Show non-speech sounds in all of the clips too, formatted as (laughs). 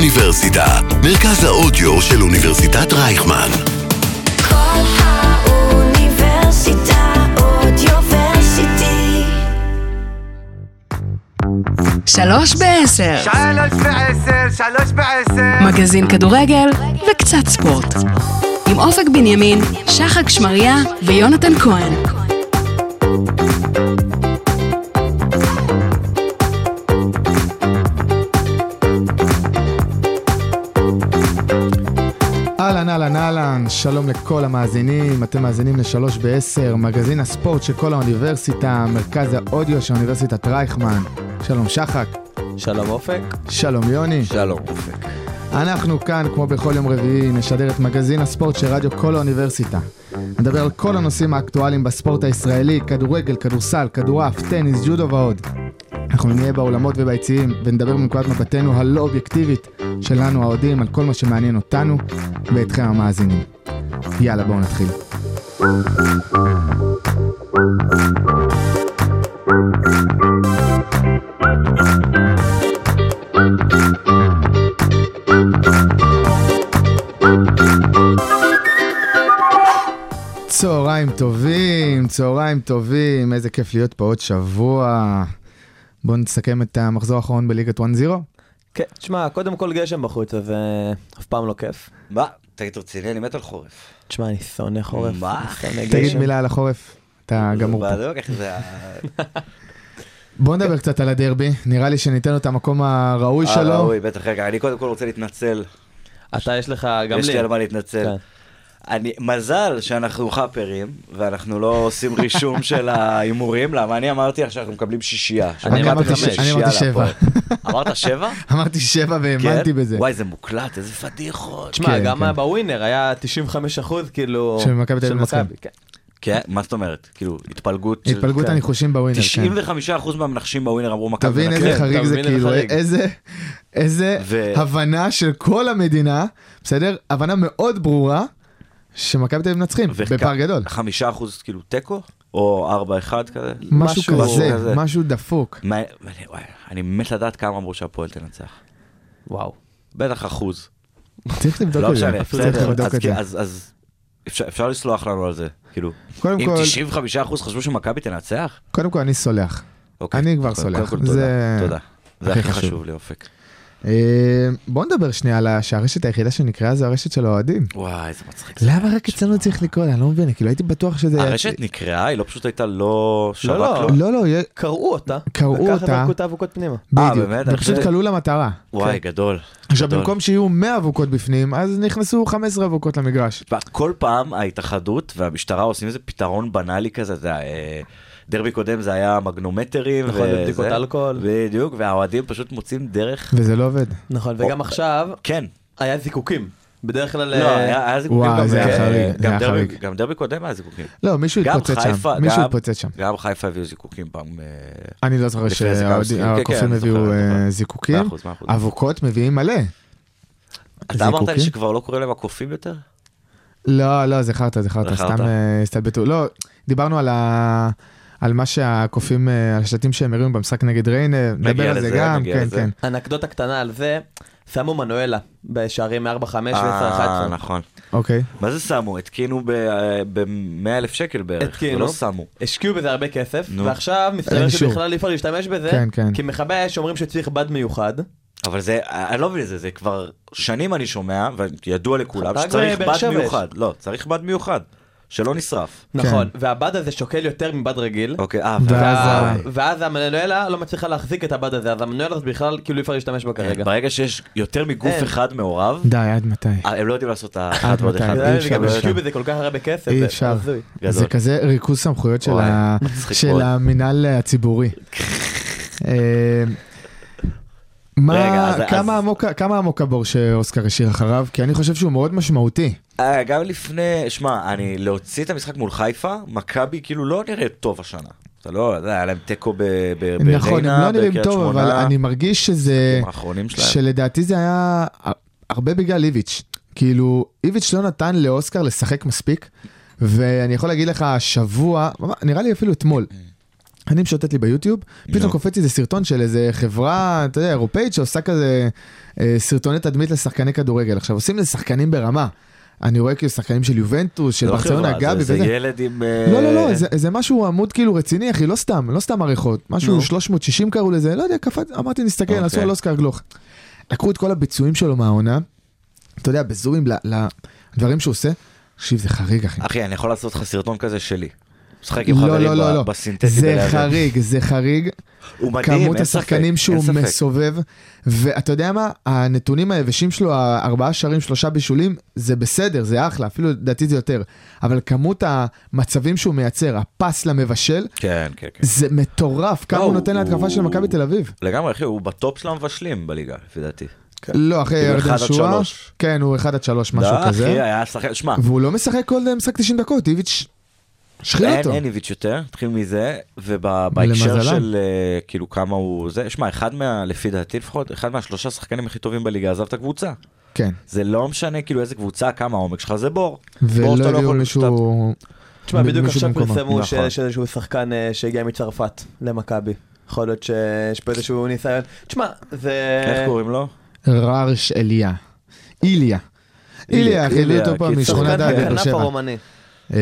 האוניברסיטה, מרכז האודיו של אוניברסיטת רייכמן. כל האוניברסיטה אודיוורסיטי. שלוש בעשר, שלוש בעשר, שלוש בעשר. מגזין כדורגל וקצת ספורט. עם אופק בנימין, שחק שמריה ויונתן כהן. אהלן, אהלן, אהלן, שלום לכל המאזינים, אתם מאזינים לשלוש בעשר, מגזין הספורט של כל האוניברסיטה, מרכז האודיו של אוניברסיטת רייכמן. שלום שחק, שלום אופק. שלום יוני. שלום אופק. אנחנו כאן, כמו בכל יום רביעי, נשדר את מגזין הספורט של רדיו כל האוניברסיטה. נדבר על כל הנושאים האקטואליים בספורט הישראלי, כדורגל, כדורסל, כדורעף, טניס, ג'ודו ועוד. אנחנו נהיה באולמות וביציעים, ונדבר מנקודת מבטנו הלא אובייקטיבית שלנו האוהדים על כל מה שמעניין אותנו ואתכם המאזינים. יאללה, בואו נתחיל. צהריים טובים, צהריים טובים, איזה כיף להיות פה עוד שבוע. בואו נסכם את המחזור האחרון בליגת 1-0. כן, תשמע, קודם כל גשם בחוץ, אז אה, אף פעם לא כיף. מה? תגיד רציני, אני מת על חורף. תשמע, אני שונא חורף. מה? אני שונא תגיד גשם. מילה על החורף, אתה גמור פה. בדיוק, לא איך זה... ה- בואו נדבר קצת על הדרבי, נראה לי שניתן לו את המקום הראוי שלו. הראוי, אה, בטח, רגע, אני קודם כל רוצה להתנצל. אתה יש לך, גם לי. יש לי על מה להתנצל. כן. אני, מזל שאנחנו חאפרים, ואנחנו לא עושים (laughs) רישום של ההימורים, למה אני אמרתי עכשיו אנחנו מקבלים שישייה. אני שאנחנו אמרתי מקבלים ש- אני שישייה אמרתי שבע. להפועל. (laughs) (laughs) אמרת שבע? אמרתי שבע והאמנתי כן? בזה. וואי, זה מוקלט, איזה פדיחות. תשמע, כן, גם כן. בווינר היה 95 אחוז, כאילו... של מכבי תל אביב מנצחים. כן. כן, מה זאת אומרת? כאילו, התפלגות של... התפלגות כן. הניחושים בווינר, כן. 95% מהמנחשים בווינר אמרו מכבי תבין מנצחת. איזה כן, חריג אתה זה מבין איזה כאילו, חריג. איזה, איזה ו- הבנה של כל המדינה, בסדר? הבנה מאוד ברורה, שמכבי תל אביב מנצחים, וכ- בפער גדול. חמישה אחוז כאילו תיקו, או ארבע אחד כזה. משהו משהו כזה, כזה. משהו דפוק. מה- אני- וואי, אני מת לדעת כמה אמרו שהפועל תנצח. וואו. בטח אחוז. צריך לבדוק לא את זה. משנה, צריך בסדר. לבדוק אז את זה. כן, אז- אז אפשר- אפשר לסלוח לנו על זה. כאילו, קודם אם כל- 95 אחוז חשבו שמכבי תנצח? קודם כל אני סולח. אוקיי. אני כבר קודם- סולח. קודם כל זה- תודה, תודה. זה הכי הכי חשוב. חשוב לי אופק. אה, בואו נדבר שנייה על ה- שהרשת היחידה שנקראה זה הרשת של האוהדים. וואי, איזה מצחיק. זה. למה רק אצלנו צריך לקרוא לה? אני לא מבין, כאילו הייתי בטוח שזה... הרשת נקרעה, היא לא פשוט הייתה לא שבק לא. לו. לא, לא, יה- קרעו אותה. קרעו וככה אותה. זרקו את האבוקות פנימה. אה, בדיוק. באמת? הם פשוט זה- כלו למטרה. וואי, כן. גדול. עכשיו, גדול. במקום שיהיו 100 אבוקות בפנים, אז נכנסו 15 אבוקות למגרש. כל פעם ההתאחדות והמשטרה עושים איזה פתרון בנאלי כזה, אתה יודע, אה, דרבי קודם זה היה מגנומטרים. נכון, וזה. ובדיקות אלכוהול. בדיוק, והאוהדים פשוט מוצאים דרך, וזה לא עובד. נכון, וגם עכשיו כן. היה זיקוקים. בדרך כלל... לא, אה, היה היה זיקוקים וואי, גם, זה היה אה, חריג, זה גם היה דרבי- חריג. גם דרבי קודם היה זיקוקים. לא, מישהו גם התפוצץ חיפה- שם. מישהו גם- התפוצץ שם. גם חיפה הביאו זיקוקים פעם. אה, אני לא זוכר לפני זה גם זיקוקים. כן, כן, שהקופים אני הביאו זוכר, אני אה, זוכר. זיקוקים. מאה אחוז, מאה אחוז. אבוקות מביאים מלא. אתה אמרת זיקוקים? לי שכבר לא קורא להם הקופים יותר? לא, לא, זה חרטא, זה חרטא, זה חרטא. סתם אה, הסתלבטו. לא, דיברנו על ה... על מה שהקופים, אה, על השלטים שהם הרימו במשחק נגד ריינה, נדבר על זה לזה, גם, נגיע כן, לזה. כן. אנקדוטה קטנה על זה, שמו מנואלה בשערים מ-4, 5 ו-10, אה, 11. נכון. אוקיי. מה זה שמו? התקינו ב-100 אלף שקל בערך, התקינו. ולא שמו. השקיעו בזה הרבה כסף, נו. ועכשיו אין מסתבר אישור. שבכלל אי אפשר להשתמש בזה, כן, כן. כי מכבי האש אומרים שצריך בד מיוחד. אבל זה, אני לא מבין את זה, זה כבר שנים אני שומע, וידוע לכולם רק שצריך בבאר בד שבע יש. מיוחד. לא, צריך בד מיוחד, שלא נשרף. כן. נכון, והבד הזה שוקל יותר מבד רגיל. אוקיי, אה, ואז ואז... ה- וה- ואז המנואלה לא מצליחה להחזיק את הבד הזה, אז המנואלה הזאת בכלל כאילו אי אפשר להשתמש בה כרגע. ברגע שיש יותר מגוף אין. אחד מעורב, די, עד מתי? אה, הם לא יודעים לעשות את האחד ועוד מתי? אחד. אי וגם אפשר. השקיעו בזה כל כך הרבה כסף, אי זה אפשר. הזוי. גדול. זה כזה ריכוז סמכויות של, וואי, ה... מצחיק של מאוד. המינהל (laughs) הציבורי. אה, מה, רגע, אז- כמה, אז- עמוק, כמה עמוק הבור שאוסקר השאיר אחריו? כי אני חושב שהוא מאוד משמעותי. אה, גם לפני, שמע, אני להוציא את המשחק מול חיפה, מכבי כאילו לא נראית טוב השנה. אתה לא, אתה יודע, היה להם תיקו ב- ב- בריינה, נכון, הם לא נראים בקריית טוב, אבל שמונה, אני אה, מרגיש שזה... האחרונים שלהם. שלדעתי זה היה הרבה בגלל איביץ'. כאילו, איביץ' לא נתן לאוסקר לשחק מספיק, ואני יכול להגיד לך, השבוע, נראה לי אפילו אתמול, אני משוטט לי ביוטיוב, פתאום נו. קופץ איזה סרטון של איזה חברה, אתה יודע, אירופאית שעושה כזה אה, סרטוני תדמית לשחקני כדורגל. עכשיו, עושים לזה שחקנים ברמה. אני רואה כאילו שחקנים של יובנטוס, של זה לא ברצלונה, חברה, גבי זה- וזה. זה ילד עם... אה, לא, לא, לא, זה, זה משהו עמוד כאילו רציני, אחי, לא סתם, לא סתם עריכות. משהו נו. 360 קראו לזה, לא יודע, קפץ, אמרתי, נסתכל, אוקיי. עשו על אוסקר גלוך. לקחו את כל הביצועים שלו מהעונה, אתה יודע, בזומים ל- לדברים שהוא עושה. תקשיב, זה חריג, אחי. אחי, אני יכול לעשות לך סרטון כזה שלי. משחק עם לא, חברים לא, לא, לא. ב- בסינתטי. זה בלהבין. חריג, זה חריג. הוא מדהים, אין כמות ספק. השחקנים שהוא אין ספק. מסובב, ואתה יודע מה, הנתונים היבשים שלו, הארבעה שערים, שלושה בישולים, זה בסדר, זה אחלה, אפילו לדעתי זה יותר. אבל כמות המצבים שהוא מייצר, הפס למבשל, כן, כן, כן. זה מטורף, כמה לא, הוא נותן הוא- להתקפה של מכבי תל אביב. לגמרי, אחי, הוא בטופ של המבשלים בליגה, לפי דעתי. לא, אחרי כאילו, ירדן אחד עד שואה, שלוש. כן, הוא 1 עד 3, משהו די, אחי, כזה. היה שחקן, שמע, והוא לא משחק כל משחק 90 דקות, איביץ' שחיל אין אותו. אין איביץ' יותר, נתחיל מזה, ובהקשר למזלם. של אה, כאילו כמה הוא זה, שמע, אחד מה, לפי דעתי לפחות, אחד מהשלושה שחקנים הכי טובים בליגה עזב את הקבוצה. כן, זה לא משנה כאילו איזה קבוצה, כמה העומק שלך, זה בור. בור ולא שאתה לא הביאו יכול- מישהו... תשמע, מ- בדיוק מישהו עכשיו במקומו. פרסמו נכון. שיש איזשהו שחקן אה, שהגיע מצרפת למכבי. יכול להיות שיש פה איזשהו ניסיון. תשמע, זה... אה, איך קוראים לו? רארש אליה. איליה. איליה, איליה, אחי, הביאו אותו איליה, פעם כי משכונת שחקן דעת בכנף בבאר כנף לא שבע. הרומני. אה,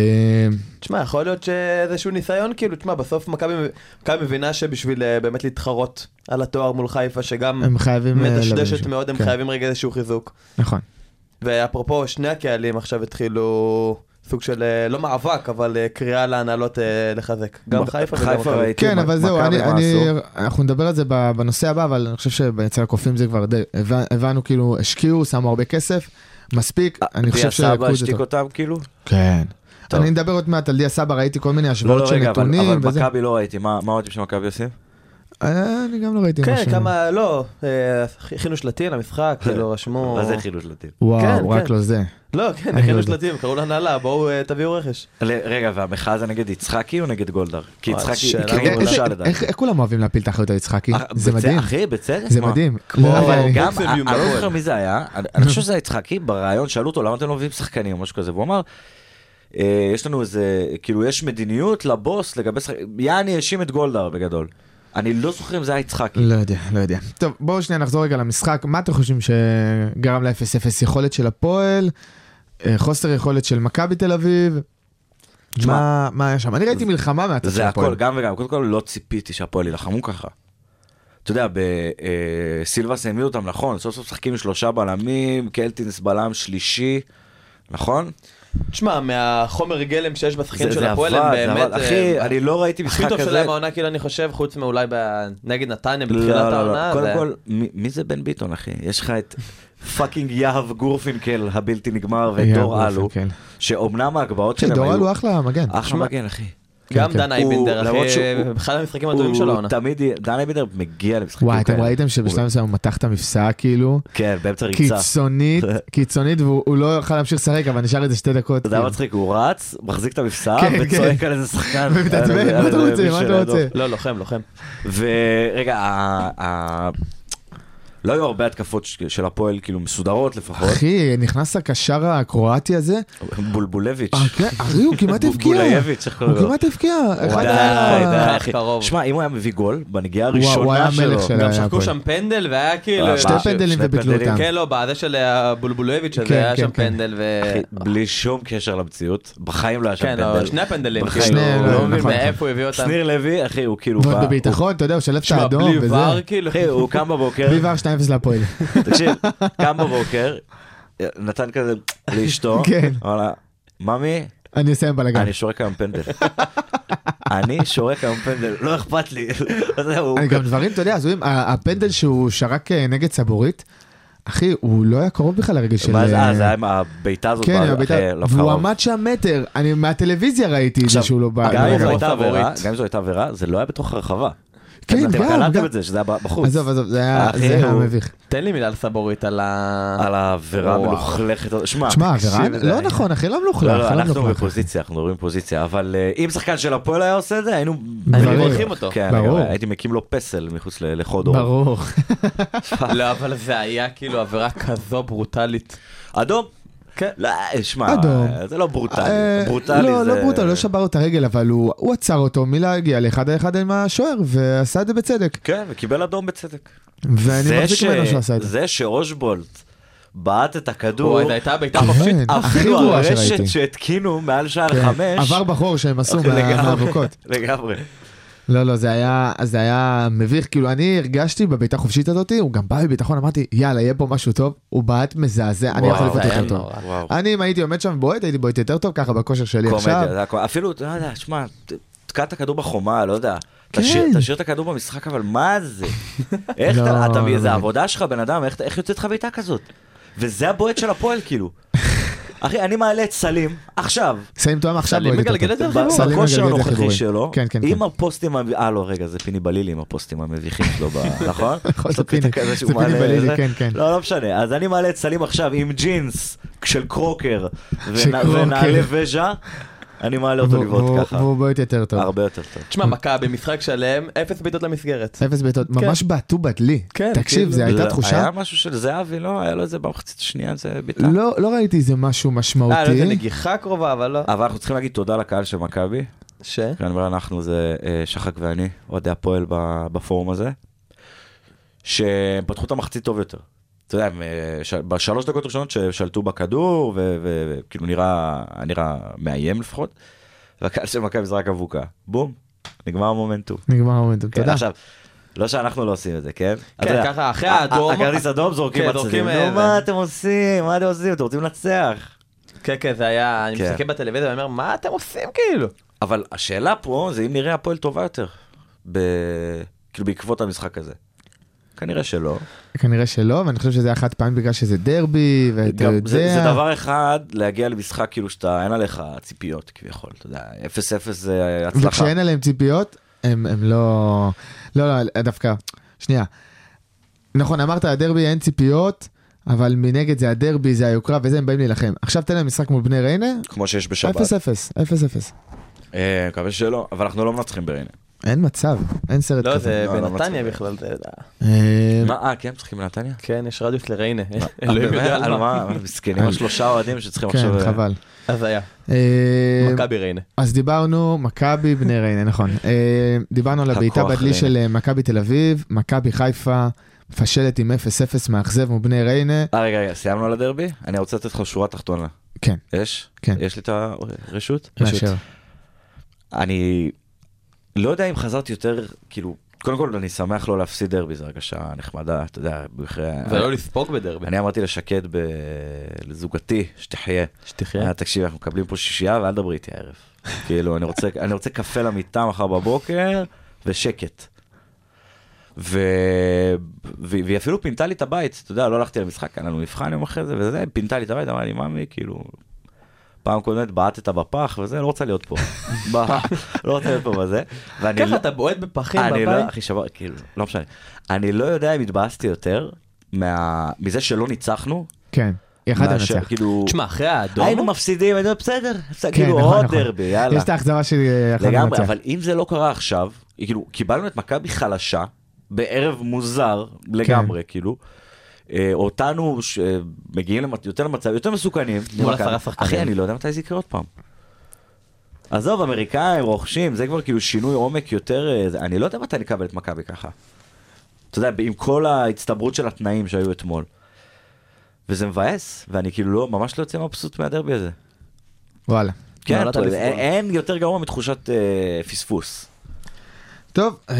תשמע, יכול להיות שאיזשהו ניסיון, כאילו, תשמע, בסוף מכבי מכבי מבינה שבשביל אה, באמת להתחרות על התואר מול חיפה, שגם הם חייבים... אה, להביא מדשדשת מישהו. מאוד, הם כן, חייבים רגע איזשהו חיזוק. נכון. ואפרופו, שני הקהלים עכשיו התחילו סוג של, אה, לא מאבק, אבל אה, קריאה להנהלות אה, לחזק. גם ב- חיפה וגם חיפה מכבי. ראיתי, כן, אבל זהו, מכבי, אני- מה אני- עשו? אנחנו נדבר על זה ב- בנושא הבא, אבל אני חושב שאצל הקופים זה כבר די... הבנ- הבנו, כאילו, השקיעו, שמו הרבה כסף, מספיק, אני חושב אה, דיה סבא שהקוד זה השתיק טוב. אותם כאילו? כן. טוב. אני נדבר עוד מעט על דיה סבא, ראיתי כל מיני לא, לא, השוואות של רגע, אבל אבל נתונים וזה. מכבי לא ראיתי, מה מה ראיתם שמכבי עושים? אה, אני גם לא ראיתי משהו. כן, כמה, לא, אה, הכינו שלטים (laughs) למשחק, כאילו, רשמו... מה זה חילול שלטים? וואו, כן, רק כן. לא זה. לא, כן, לא הכינו יודע. שלטים, קראו להנהלה, בואו אה, תביאו רכש. ל- רגע, והמחאה זה נגד יצחקי או נגד גולדהר? כי וואי, יצחקי שאלה יקרה מעולה. בושה כן, איזה- לדעתי. איך- איך כולם אוהבים להפיל את האחריות על יצחקי? אח- זה בצד- מדהים. אחי, בצדק. זה מה? מדהים. כמו לא, אבל- גם, אצל אני יומרון. לא זוכר מי זה היה, אני- אני חושב שזה היה יצחקי, בריאיון שאלו אותו למה אתם לא מביאים שחקנים או משהו כזה, והוא אמר, "אה, יש לנו איזה, כאילו יש מדיניות לבוס לגבי שחקנים, יעני האשים את גולדהר בגדול. אני לא זוכר אם זה היה יצחקי. לא יודע, לא יודע. טוב, בואו שנייה נחזור רגע למשחק. מה אתם חושבים שגרם ל-0-0? יכולת של הפועל? אה, חוסר יכולת של מכבי תל אביב? תשמע, מה מה היה שם? אני ראיתי מלחמה מהצד של זה הפועל. הכל, גם וגם. קודם כל, לא ציפיתי שהפועל יילחמו ככה. אתה יודע, אה, בסילבס העמידו אותם נכון, סוף סוף משחקים עם שלושה בלמים, קלטינס בלם שלישי, נכון? תשמע, מהחומר גלם שיש בשחקנים זה- של זה הפועל, עבד, הם זה באמת... עבד. אחי, אה, אני לא ראיתי (laughs) משחק הכי טוב כזה. שלהם העונה, כאילו, אני חושב, חוץ מאולי ב- נגד נתניה לא, בתחילת לא, לא, העונה. קודם זה- כל, מי מי זה בן ביטון, אחי? יש לך את פאקינג יהב גורפינקל הבלתי נגמר ואת יהב דור אלו, גורפינקל. שאומנם ההגבהות אחי, שלהם כן. דור אלו היו... אחלה מגן. אחלה מגן, אחי. גם כן, כן. דן הוא- אייבנדר, למרות אחי, שהוא- אחד המשחקים הטובים של הוא העונה. תמיד, יהיה- דן אייבנדר מגיע למשחקים כאלה. וואי, אתם ראיתם שבשלב הוא- מסוים הוא מתח את המפסע כאילו? כן, באמצע ריצה. (laughs) קיצונית, קיצונית, והוא הוא לא יכל להמשיך לשחק, אבל נשאר איזה שתי דקות. אתה יודע מה כאילו. מצחיק? הוא רץ, מחזיק את המפסע, כן, וצועק כן. על איזה (laughs) שחקן. ומתעצבן, על- מה אתה על איזה רוצה? מישהו מה אתה לידו. רוצה? לא, לוחם, לוחם. ורגע, ה- ה- לא היו הרבה התקפות ש- של הפועל, כאילו מסודרות לפחות. אחי, נכנס הקשר הקרואטי הזה, בולבולביץ'. אה, כן, אחי, (laughs) הוא כמעט הבקיע. בולבולייביץ', איך קוראים הוא לו? כמעט הבקיע. אחד די, ה- די, אחי. קרוב. שמע, אם הוא היה מביא גול בנגיעה וואו, הוא היה הראשונה המלך שלו, שלהם. גם היה שחקו הפועל. שם פנדל, אה, והיה כאילו... שתי מה- פנדלים שני וביטלו פנדלים. אותם. כן, לא, בזה של הבולבולביץ' הזה, כן, היה כן, שם כן. פנדל ו... אחי, בלי שום קשר למציאות, בחיים לא היה שם אה. כן, אבל שני פנדל. הפנדלים, בחיים כאילו, לא, לא נכון, מבין נכון. מאיפה הוא הביא אותם. שניר לוי, אחי, הוא כאילו ועוד בא, בביטחון, אתה יודע, הוא שלב את שמע, האדום בלי וזה. ור, כאילו. אחי, הוא קם בבוקר, בלי ור 2-0 (laughs) להפועל. תקשיב, קם בבוקר, נתן כזה לאשתו, (laughs) כן. אמר לה, ממי, אני אסיים בלאגן. אני שורק היום פנדל. אני שורק היום פנדל, לא אכפת לי. (laughs) אתה יודע, הוא- אני גם דברים, אתה יודע, הזויים, ה- הפנדל שהוא שרק אה, נגד סבורית, אחי, הוא לא היה קרוב בכלל לרגל של... ואז אה, אה, זה היה עם הבעיטה הזאת, כן, ב- הביתה- אחרי, לא והוא חרוב. עמד שם מטר, אני מהטלוויזיה ראיתי את זה עכשיו, שהוא לא בא. גם לא אם זו בא. הוא- הייתה עבירה, פבוריט. גם אם זו הייתה עבירה, זה לא היה בתוך הרחבה. כן, אתם גם, גם. קלטתם את זה, שזה היה בחוץ. עזוב, עזוב, זה היה אחי, זה היה הוא- מביך. תן לי מילה על סבורית, על ה... על העבירה וואו. המלוכלכת הזאת. שמע, שמע, תקשיב, עבירה, אה, זה לא היה- נכון, אחי, לא מלוכלך. לא, לא, לא אנחנו מלוכלך. בפוזיציה, אנחנו מדברים בפוזיציה, אבל אה, אם שחקן של הפועל היה עושה את זה, היינו... ברור. היינו מברכים אותו. כן, ברור. לגמרי, הייתי מקים לו פסל מחוץ ל- לחוד אור. ברור. אה, לא, אבל זה היה כאילו עבירה כזו ברוטלית. אדום. כן. לא, שמע, אדום. זה לא ברוטלי. אה, ברוטלי לא, זה... לא ברוטלי, לא שבר לו את הרגל, אבל הוא הוא עצר אותו מלהגיע לאחד על אחד עם השוער, ועשה את זה בצדק. כן, וקיבל אדום בצדק. ואני זה מחזיק ש- ממנו שהוא עשה את זה. זה שאושבולט בעט את הכדור, וואי, זו הייתה בעיטה אבל- חופשית. כן, הכי אפילו גרועה הרשת שראיתי. שהתקינו מעל שער כן. חמש, עבר בחור שהם עשו אוקיי, מה- לגמרי. מהאבוקות. לגמרי. לא, לא, זה היה, זה היה מביך, כאילו אני הרגשתי בבעיטה החופשית הזאת, הוא גם בא בביטחון, אמרתי, יאללה, יהיה פה משהו טוב, הוא בעט מזעזע, אני יכול וואו, לבעוט זה יותר היה טוב. נורא. וואו. אני, אם הייתי עומד שם ובועט, הייתי בועט יותר טוב, ככה בכושר שלי קומדיה, עכשיו. זה הכל. אפילו, אתה יודע, שמע, ת- תקע את הכדור בחומה, לא יודע. כן. תשאיר תשאיר את הכדור במשחק, אבל מה (laughs) זה? איך לא, אתה, אתה, לא זה באמת. העבודה שלך, בן אדם, איך- איך יוצאת לך בעיטה כזאת? וזה הבועט של הפועל, (laughs) כאילו. אחי, אני מעלה את סלים, עכשיו. סיים תואם עכשיו סלים בועט יותר מגלגל את זה טוב. על חיבור. סלים בכושר מגלגל את הנוכחי החיבורים. שלו, כן, כן, כן. עם הפוסטים, המב- אה לא רגע זה פיני בלילי עם הפוסטים המביכים שלו, ב- (laughs) נכון? נכון, יש זה לו פיני- קטע כזה שהוא זה פיני מעלה- בלילי, זה- כן, כן. לא, לא משנה, אז אני מעלה את סלים עכשיו עם ג'ינס של קרוקר, ונ- של קרוקר. ונעלי וז'ה, אני מעלה אותו והוא- והוא- לא לבעוט ככה, והוא בועט יותר טוב. הרבה יותר טוב. תשמע, מכבי, משחק שלם, אפס בעיטות למסגרת. אפס בעיטות, ממש בעטו בדלי. כן, תקשיב, כאילו. זו לא, הייתה היה תחושה, משהו של זהבי, לא? היה לו איזה במחצית השנייה, זה ביטה. לא לא ראיתי איזה משהו אוקיי. אה, לא, זה משמעותי. נגיחה קרובה, אבל לא. אבל אנחנו צריכים להגיד תודה לקהל של מכבי, ש? אני אומר אנחנו זה אה, שחק ואני, אוהדי הפועל ב- בפורום הזה, שהם פתחו את המחצית טוב יותר. אתה יודע, הם, אה, ש- בשלוש דקות הראשונות ששלטו בכדור, וכאילו כאילו נראה, נראה מאיים לפחות, והקהל של מכבי זרק אבוקה, בום, נגמר המומנטום. נגמר המומנטום, כן, תודה. עכשיו, לא שאנחנו לא עושים את זה, כן? אתה כן, יודע, ככה, אחרי ה- ה- האדום- הכרטיס אדום זורקים כן, מצבים, זורקים נו אבן. מה אתם עושים, מה אתם עושים, אתם רוצים לנצח. כן, כן, זה היה, אני כן. מסתכל בטלוויזיה ואני אומר, מה אתם עושים כאילו? אבל השאלה פה זה אם נראה הפועל טובה יותר, ב... כאילו בעקבות המשחק הזה. כנראה שלא. כנראה שלא, ואני חושב שזה היה חד פעמי בגלל שזה דרבי, ואתה גם יודע. זה, זה דבר אחד להגיע למשחק כאילו שאתה אין עליך ציפיות כביכול, אתה יודע, 0-0 זה הצלחה. וכשאין עליהם ציפיות, הם, הם לא... לא, לא, דווקא, שנייה. נכון, אמרת, הדרבי אין ציפיות, אבל מנגד זה הדרבי, זה היוקרה, וזה, הם באים להילחם. עכשיו תן להם משחק מול בני ריינה, 0-0, כמו שיש 0-0. בשבת. אה, מקווה שלא, אבל אנחנו לא מנצחים בריינה. אין מצב, אין סרט לא, כזה. זה לא, לא בנתניה מצליח. בכלל, זה... אה, מה, אה, כן, משחקים בנתניה? כן, יש רדיוס לריינה. אה, (laughs) אלוהים באמת? יודע על על מה. מה, מסכנים, על- השלושה אוהדים שצריכים עכשיו... כן, אה, חבל. אז היה, אה, מכבי ריינה. אז דיברנו, מכבי בני ריינה, נכון. אה, דיברנו על הבעיטה הכוח בדלי ריינה. של אה, מכבי תל אביב, מכבי חיפה, מפשלת עם 0-0, מאכזב מול בני ריינה. אה, רגע, רגע, סיימנו על הדרבי? אני רוצה לתת לך שורה תחתונה. כן, יש? כן. יש לי את הרשות? מאשר. אני לא יודע אם חזרתי יותר, כאילו, קודם כל אני שמח לא להפסיד דרבי, זו הרגשה נחמדה, אתה יודע, אחרי... ולא לספוג בדרבי. אני אמרתי לשקד, ב... לזוגתי, שתחיה. שתחיה. אה, תקשיב, אנחנו מקבלים פה שישייה ואל דברי איתי הערב. (laughs) כאילו, אני רוצה, אני רוצה קפה למיטה מחר בבוקר ושקט. ו... ו... והיא אפילו פינתה לי את הבית, אתה יודע, לא הלכתי למשחק, היה לנו מבחן יום אחרי זה, וזה, פינתה לי את הבית, אמרה לי, ממי, כאילו, פעם קודמת בעטת בפח וזה, לא רוצה להיות פה. (laughs) ב... לא רוצה להיות פה בזה. ואני ככה לא- אתה בועט בפחים אני לא, בבית? אחי שבר, כאילו, לא משנה. אני לא יודע אם התבאסתי יותר מה... מזה שלא ניצחנו, כן, יחד מאשר, לנצח. כאילו... תשמע, אחרי היינו האדום, מפסידים, היינו בסדר, בסדר, כן, כאילו נכון, עוד נכון. דרבי, יאללה. יש את האכזבה שלי אה, אחת לגמרי, לנצח. אבל אם זה לא קרה עכשיו, כאילו, קיבלנו את מכבי חלשה, בערב מוזר לגמרי, כן. כאילו. אה, אותנו ש- אה, מגיעים למצ- יותר למצב, יותר מסוכנים. מול מכבי. עשרה שחקנים. אחי, אני לא יודע מתי זה יקרה עוד פעם. עזוב, אמריקאים, רוכשים, זה כבר כאילו שינוי עומק יותר, אה, זה- אני לא יודע מתי נקבל את מכבי ככה. אתה יודע, עם כל ההצטברות של התנאים שהיו אתמול. וזה מבאס, ואני כאילו לא, ממש לא יוצא מבסוט מהדרבי הזה. וואלה. לא, כן, לא אתה אתה יודע, לסבול. אין אין יותר גרוע מתחושת אה, פספוס. טוב, אה,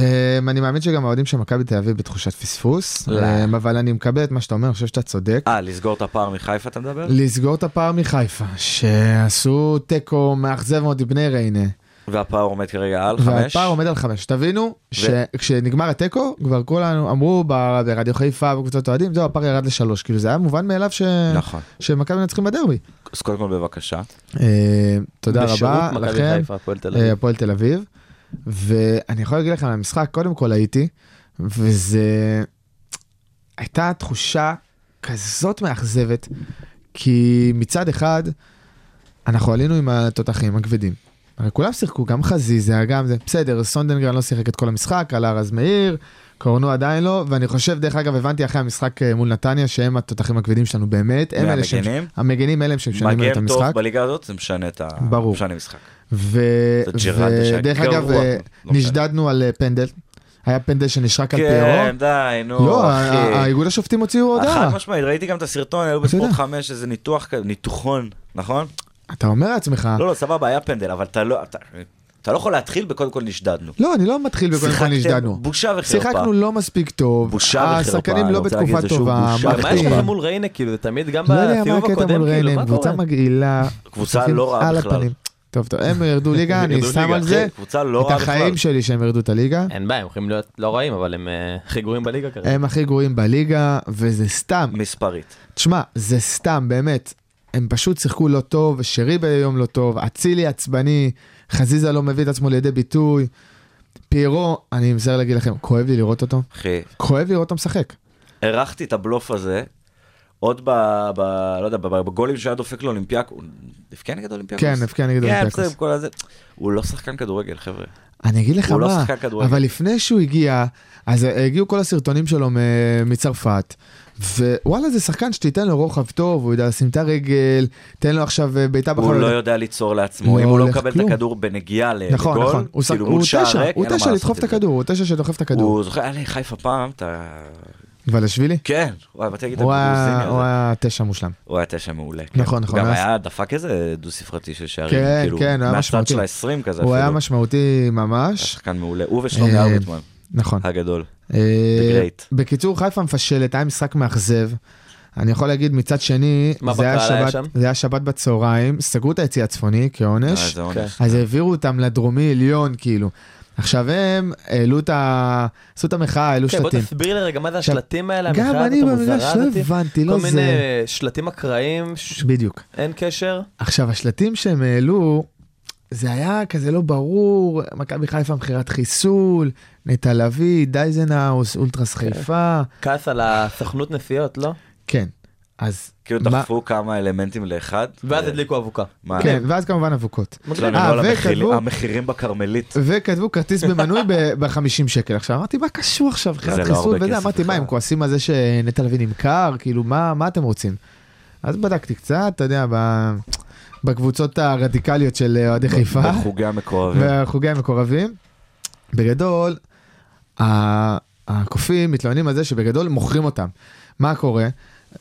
אני מאמין שגם האוהדים של מכבי תל אביב בתחושת פספוס, לא. אה, אבל אני מקבל את מה שאתה אומר, אני חושב שאתה צודק. אה, לסגור את הפער מחיפה אתה מדבר? לסגור את הפער מחיפה, שעשו תיקו מאכזב מאוד לבני ריינה, והפער עומד כרגע על חמש? והפער עומד על חמש. תבינו שכשנגמר התיקו, כבר כולנו אמרו ב- ברדיו חיפה בקבוצות אוהדים, זהו, הפער ירד לשלוש, כאילו זה היה מובן מאליו ש- נכון. שמכבי מנצחים בדרבי. אז קודם כל בבקשה. אה, תודה רבה בשירות מכבי לכם. חיפה, הפועל תל אה, אביב. הפועל תל אביב. ואני יכול להגיד לכם על המשחק, קודם כל הייתי, וזה... הייתה תחושה כזאת מאכזבת, כי מצד אחד, אנחנו עלינו עם התותחים הכבדים, הרי כולם שיחקו, גם חזיזה, גם זה, בסדר, סונדנגרן לא שיחק את כל המשחק, עלה רז מאיר, קורנו עדיין לא, ואני חושב, דרך אגב, הבנתי אחרי המשחק אה, מול נתניה, שהם התותחים הכבדים שלנו באמת, הם אלה שהם... והמגנים? המגנים אלה שהם משנים לנו את מגן המשחק. טוב בליגה הזאת, זה משנה את ה... ברור. משנה משחק. ו- זה ג'רלדש היה ודרך גרוע. אגב, אה, לא משנה. נשדדנו על אה, פנדל, היה פנדל שנשרק על כן, פיירו. די, נו, לא, ה- ה- אחי. האיגוד השופטים הוציאו חד הודעה. משמעית, ראיתי גם את הסרטון, היו בסדר. בספורט 5, איזה ניתוח, כזה, ניתוחון, נכון? אתה אומר לעצמך, לא, לא, סבבה, היה פנדל, אבל אתה לא... אתה- אתה לא יכול להתחיל בקודם כל נשדדנו. לא, אני לא מתחיל בקודם כל שיחקתם נשדדנו. בושה וחרפה. שיחקנו לא מספיק טוב, בושה וחרפה, השחקנים אני לא רוצה להגיד בתקופה את זה שוב, טובה, בושה אבל מה יש מחטיא. מחטיאים. לכם מול ריינה, כאילו, זה תמיד, גם נכון. לא יודע מה בסיבוב הקטע הקודם, מול כאילו, ריינה, מה הם קורה? קבוצה מגעילה. קבוצה משחקים לא רעה על בכלל. הפנים. טוב, טוב, הם (laughs) ירדו ליגה, אני ירדו שם ליגה, על אחי, זה. קבוצה לא את רעה החיים בכלל. שלי שהם ירדו את הליגה. אין בעיה, הם יכולים להיות לא רעים, אבל הם אה, הכי גרועים בליגה כרגע. הם הכי גרועים בליגה, וזה סתם. מספרית. תשמע, זה סתם, באמת. הם פשוט שיחקו לא טוב, שרי ביום לא טוב, אצילי עצבני, חזיזה לא מביא את עצמו לידי ביטוי. פיירו, אני מצטער להגיד לכם, כואב לי לראות אותו. אחי, כואב לראות אותו משחק. הרחתי את הבלוף הזה, עוד ב... ב לא יודע, ב- בגולים שהיה דופק לאולימפיאק, הוא דפקה נגד אולימפיאקוס? כן, דפקה נגד כן, אולימפיאקוס. בסדר, כל הזה. הוא לא שחקן כדורגל, חבר'ה. אני אגיד לך הוא לא מה, שחקן כדורגל. אבל לפני שהוא הגיע, אז הגיעו כל הסרטונים שלו מ- מצרפת, ווואלה זה שחקן שתיתן לו רוחב טוב, הוא יודע לשים את הרגל, תן לו עכשיו אה, בעיטה הוא בחלון. לא יודע ליצור לעצמו, לא אם הוא לא הולך מקבל את כלום. הכדור בנגיעה לגול, נכון, נכון, הוא שחק- כאילו מול הוא שער תשע, ריק, הוא אין לו מה תשע לעשות לדחוף עם את זה. הכדור, הוא תשע שדוחף את הכדור. הוא זוכר, היה לי חיפה פעם, אתה... ולשווילי? כן, וואי, באתי להגיד את הוא היה- הבלוזיני הוא הזה. היה תשע מושלם. הוא היה תשע מעולה. כן. נכון, נכון, גם היה- היה דפק איזה דו-ספרתי של שערים, כן, כאילו, כן, הוא היה מהצד משמעותי. של ה-20 כזה הוא היה אפילו. משמעותי ממש, שחקן מעולה. הוא ושלומי אה, ארביטמן, נכון. הגדול. אה, great. בקיצור, חיפה מפשלת, היה משחק מאכזב. אני יכול להגיד מצד שני, מה זה היה בקהל היה שבת- שם? זה היה שבת בצהריים, סגרו את היציא הצפוני אה, כעונש, זה עונש. אז העבירו אותם לדרומי עליון, כאילו. עכשיו הם העלו את ה... עשו את המחאה, העלו כן, בוא שלטים. תסביר לי רגע מה זה עכשיו, השלטים האלה, גם המחאה אני הזאת המוזרה במגרש לא הזאת. הבנתי, לא כל מיני זה. אה, שלטים אקראיים, ש- בדיוק. אין קשר. עכשיו, השלטים שהם העלו, זה היה כזה לא ברור, מכבי חיפה מכירת חיסול, נטע לביא, דייזנהאוס, אולטרס חיפה, כעס על הסוכנות נסיעות, לא? כן. אז... כאילו מה- דחפו כמה אלמנטים לאחד. ואז אה, הדליקו אבוקה. מה? כן, ואז כמובן אבוקות. אצלנו אה, לא על המחירים- וכתבו- המחירים בכרמלית. וכתבו כרטיס במנוי (laughs) ב-50 שקל. עכשיו אמרתי, מה קשור עכשיו, זה מכירת לא הרבה חיסול וזה, כסף אמרתי, מה, בכלל. הם כועסים על זה שנטע לביא נמכר? כאילו, מה מה אתם רוצים? אז בדקתי קצת, אתה יודע, ב- בקבוצות הרדיקליות של אה, אוהדי חיפה. בחוגי המקורבים. והחוגי המקורבים. בגדול, ה- הקופים מתלוננים על זה שבגדול מוכרים אותם. מה קורה?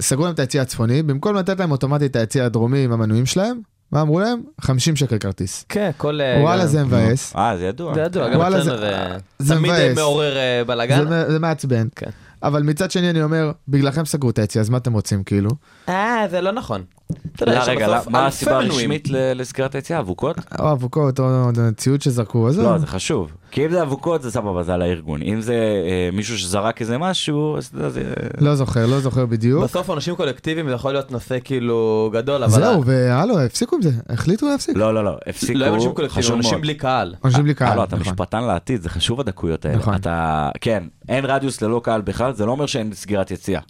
סגרו להם את היציא הצפוני, במקום לתת להם אוטומטית את היציא הדרומי עם המנויים שלהם, מה אמרו להם? 50 שקל כרטיס. כן, כל... אה, וואלה גם- זה מבאס, אה, זה ידוע. זה ידוע, גם וואלה, אצלנו זה- זה... זה תמיד אה, מבאס. מעורר אה, בלאגן. זה מ- זה מעצבן. כן. אבל מצד שני אני אומר, בגללכם סגרו את היציא, אז מה אתם רוצים כאילו? אה, זה לא נכון. אתה יודע, לא, יש רגע, בסוף לא, מה אלפי הסיבה מנויים. הרשמית ל- לסגירת היציאה? אבוקות? או אבוקות או ציוד שזרקו, אז לא, לא. זה חשוב. כי אם זה אבוקות, זה סבבה, זה על הארגון. אם זה אה, מישהו שזרק איזה משהו, אז אתה יודע, זה... לא זוכר, לא זוכר בדיוק. בסוף אנשים קולקטיביים זה יכול להיות נושא כאילו גדול, אבל... זהו, והלו, הפסיקו עם זה, החליטו להפסיק. לא, לא, לא, לא היו אנשים הפסיקו, קולקטיביים, חשוב מאוד. אנשים בלי קהל. אנשים בלי אה, קהל, לא, אתה נכון. משפטן לעתיד, זה חשוב הדקויות האלה. נכון. אתה, כן, אין רדיוס ללא קהל בכלל, זה לא אומר שאין סגירת יציאה.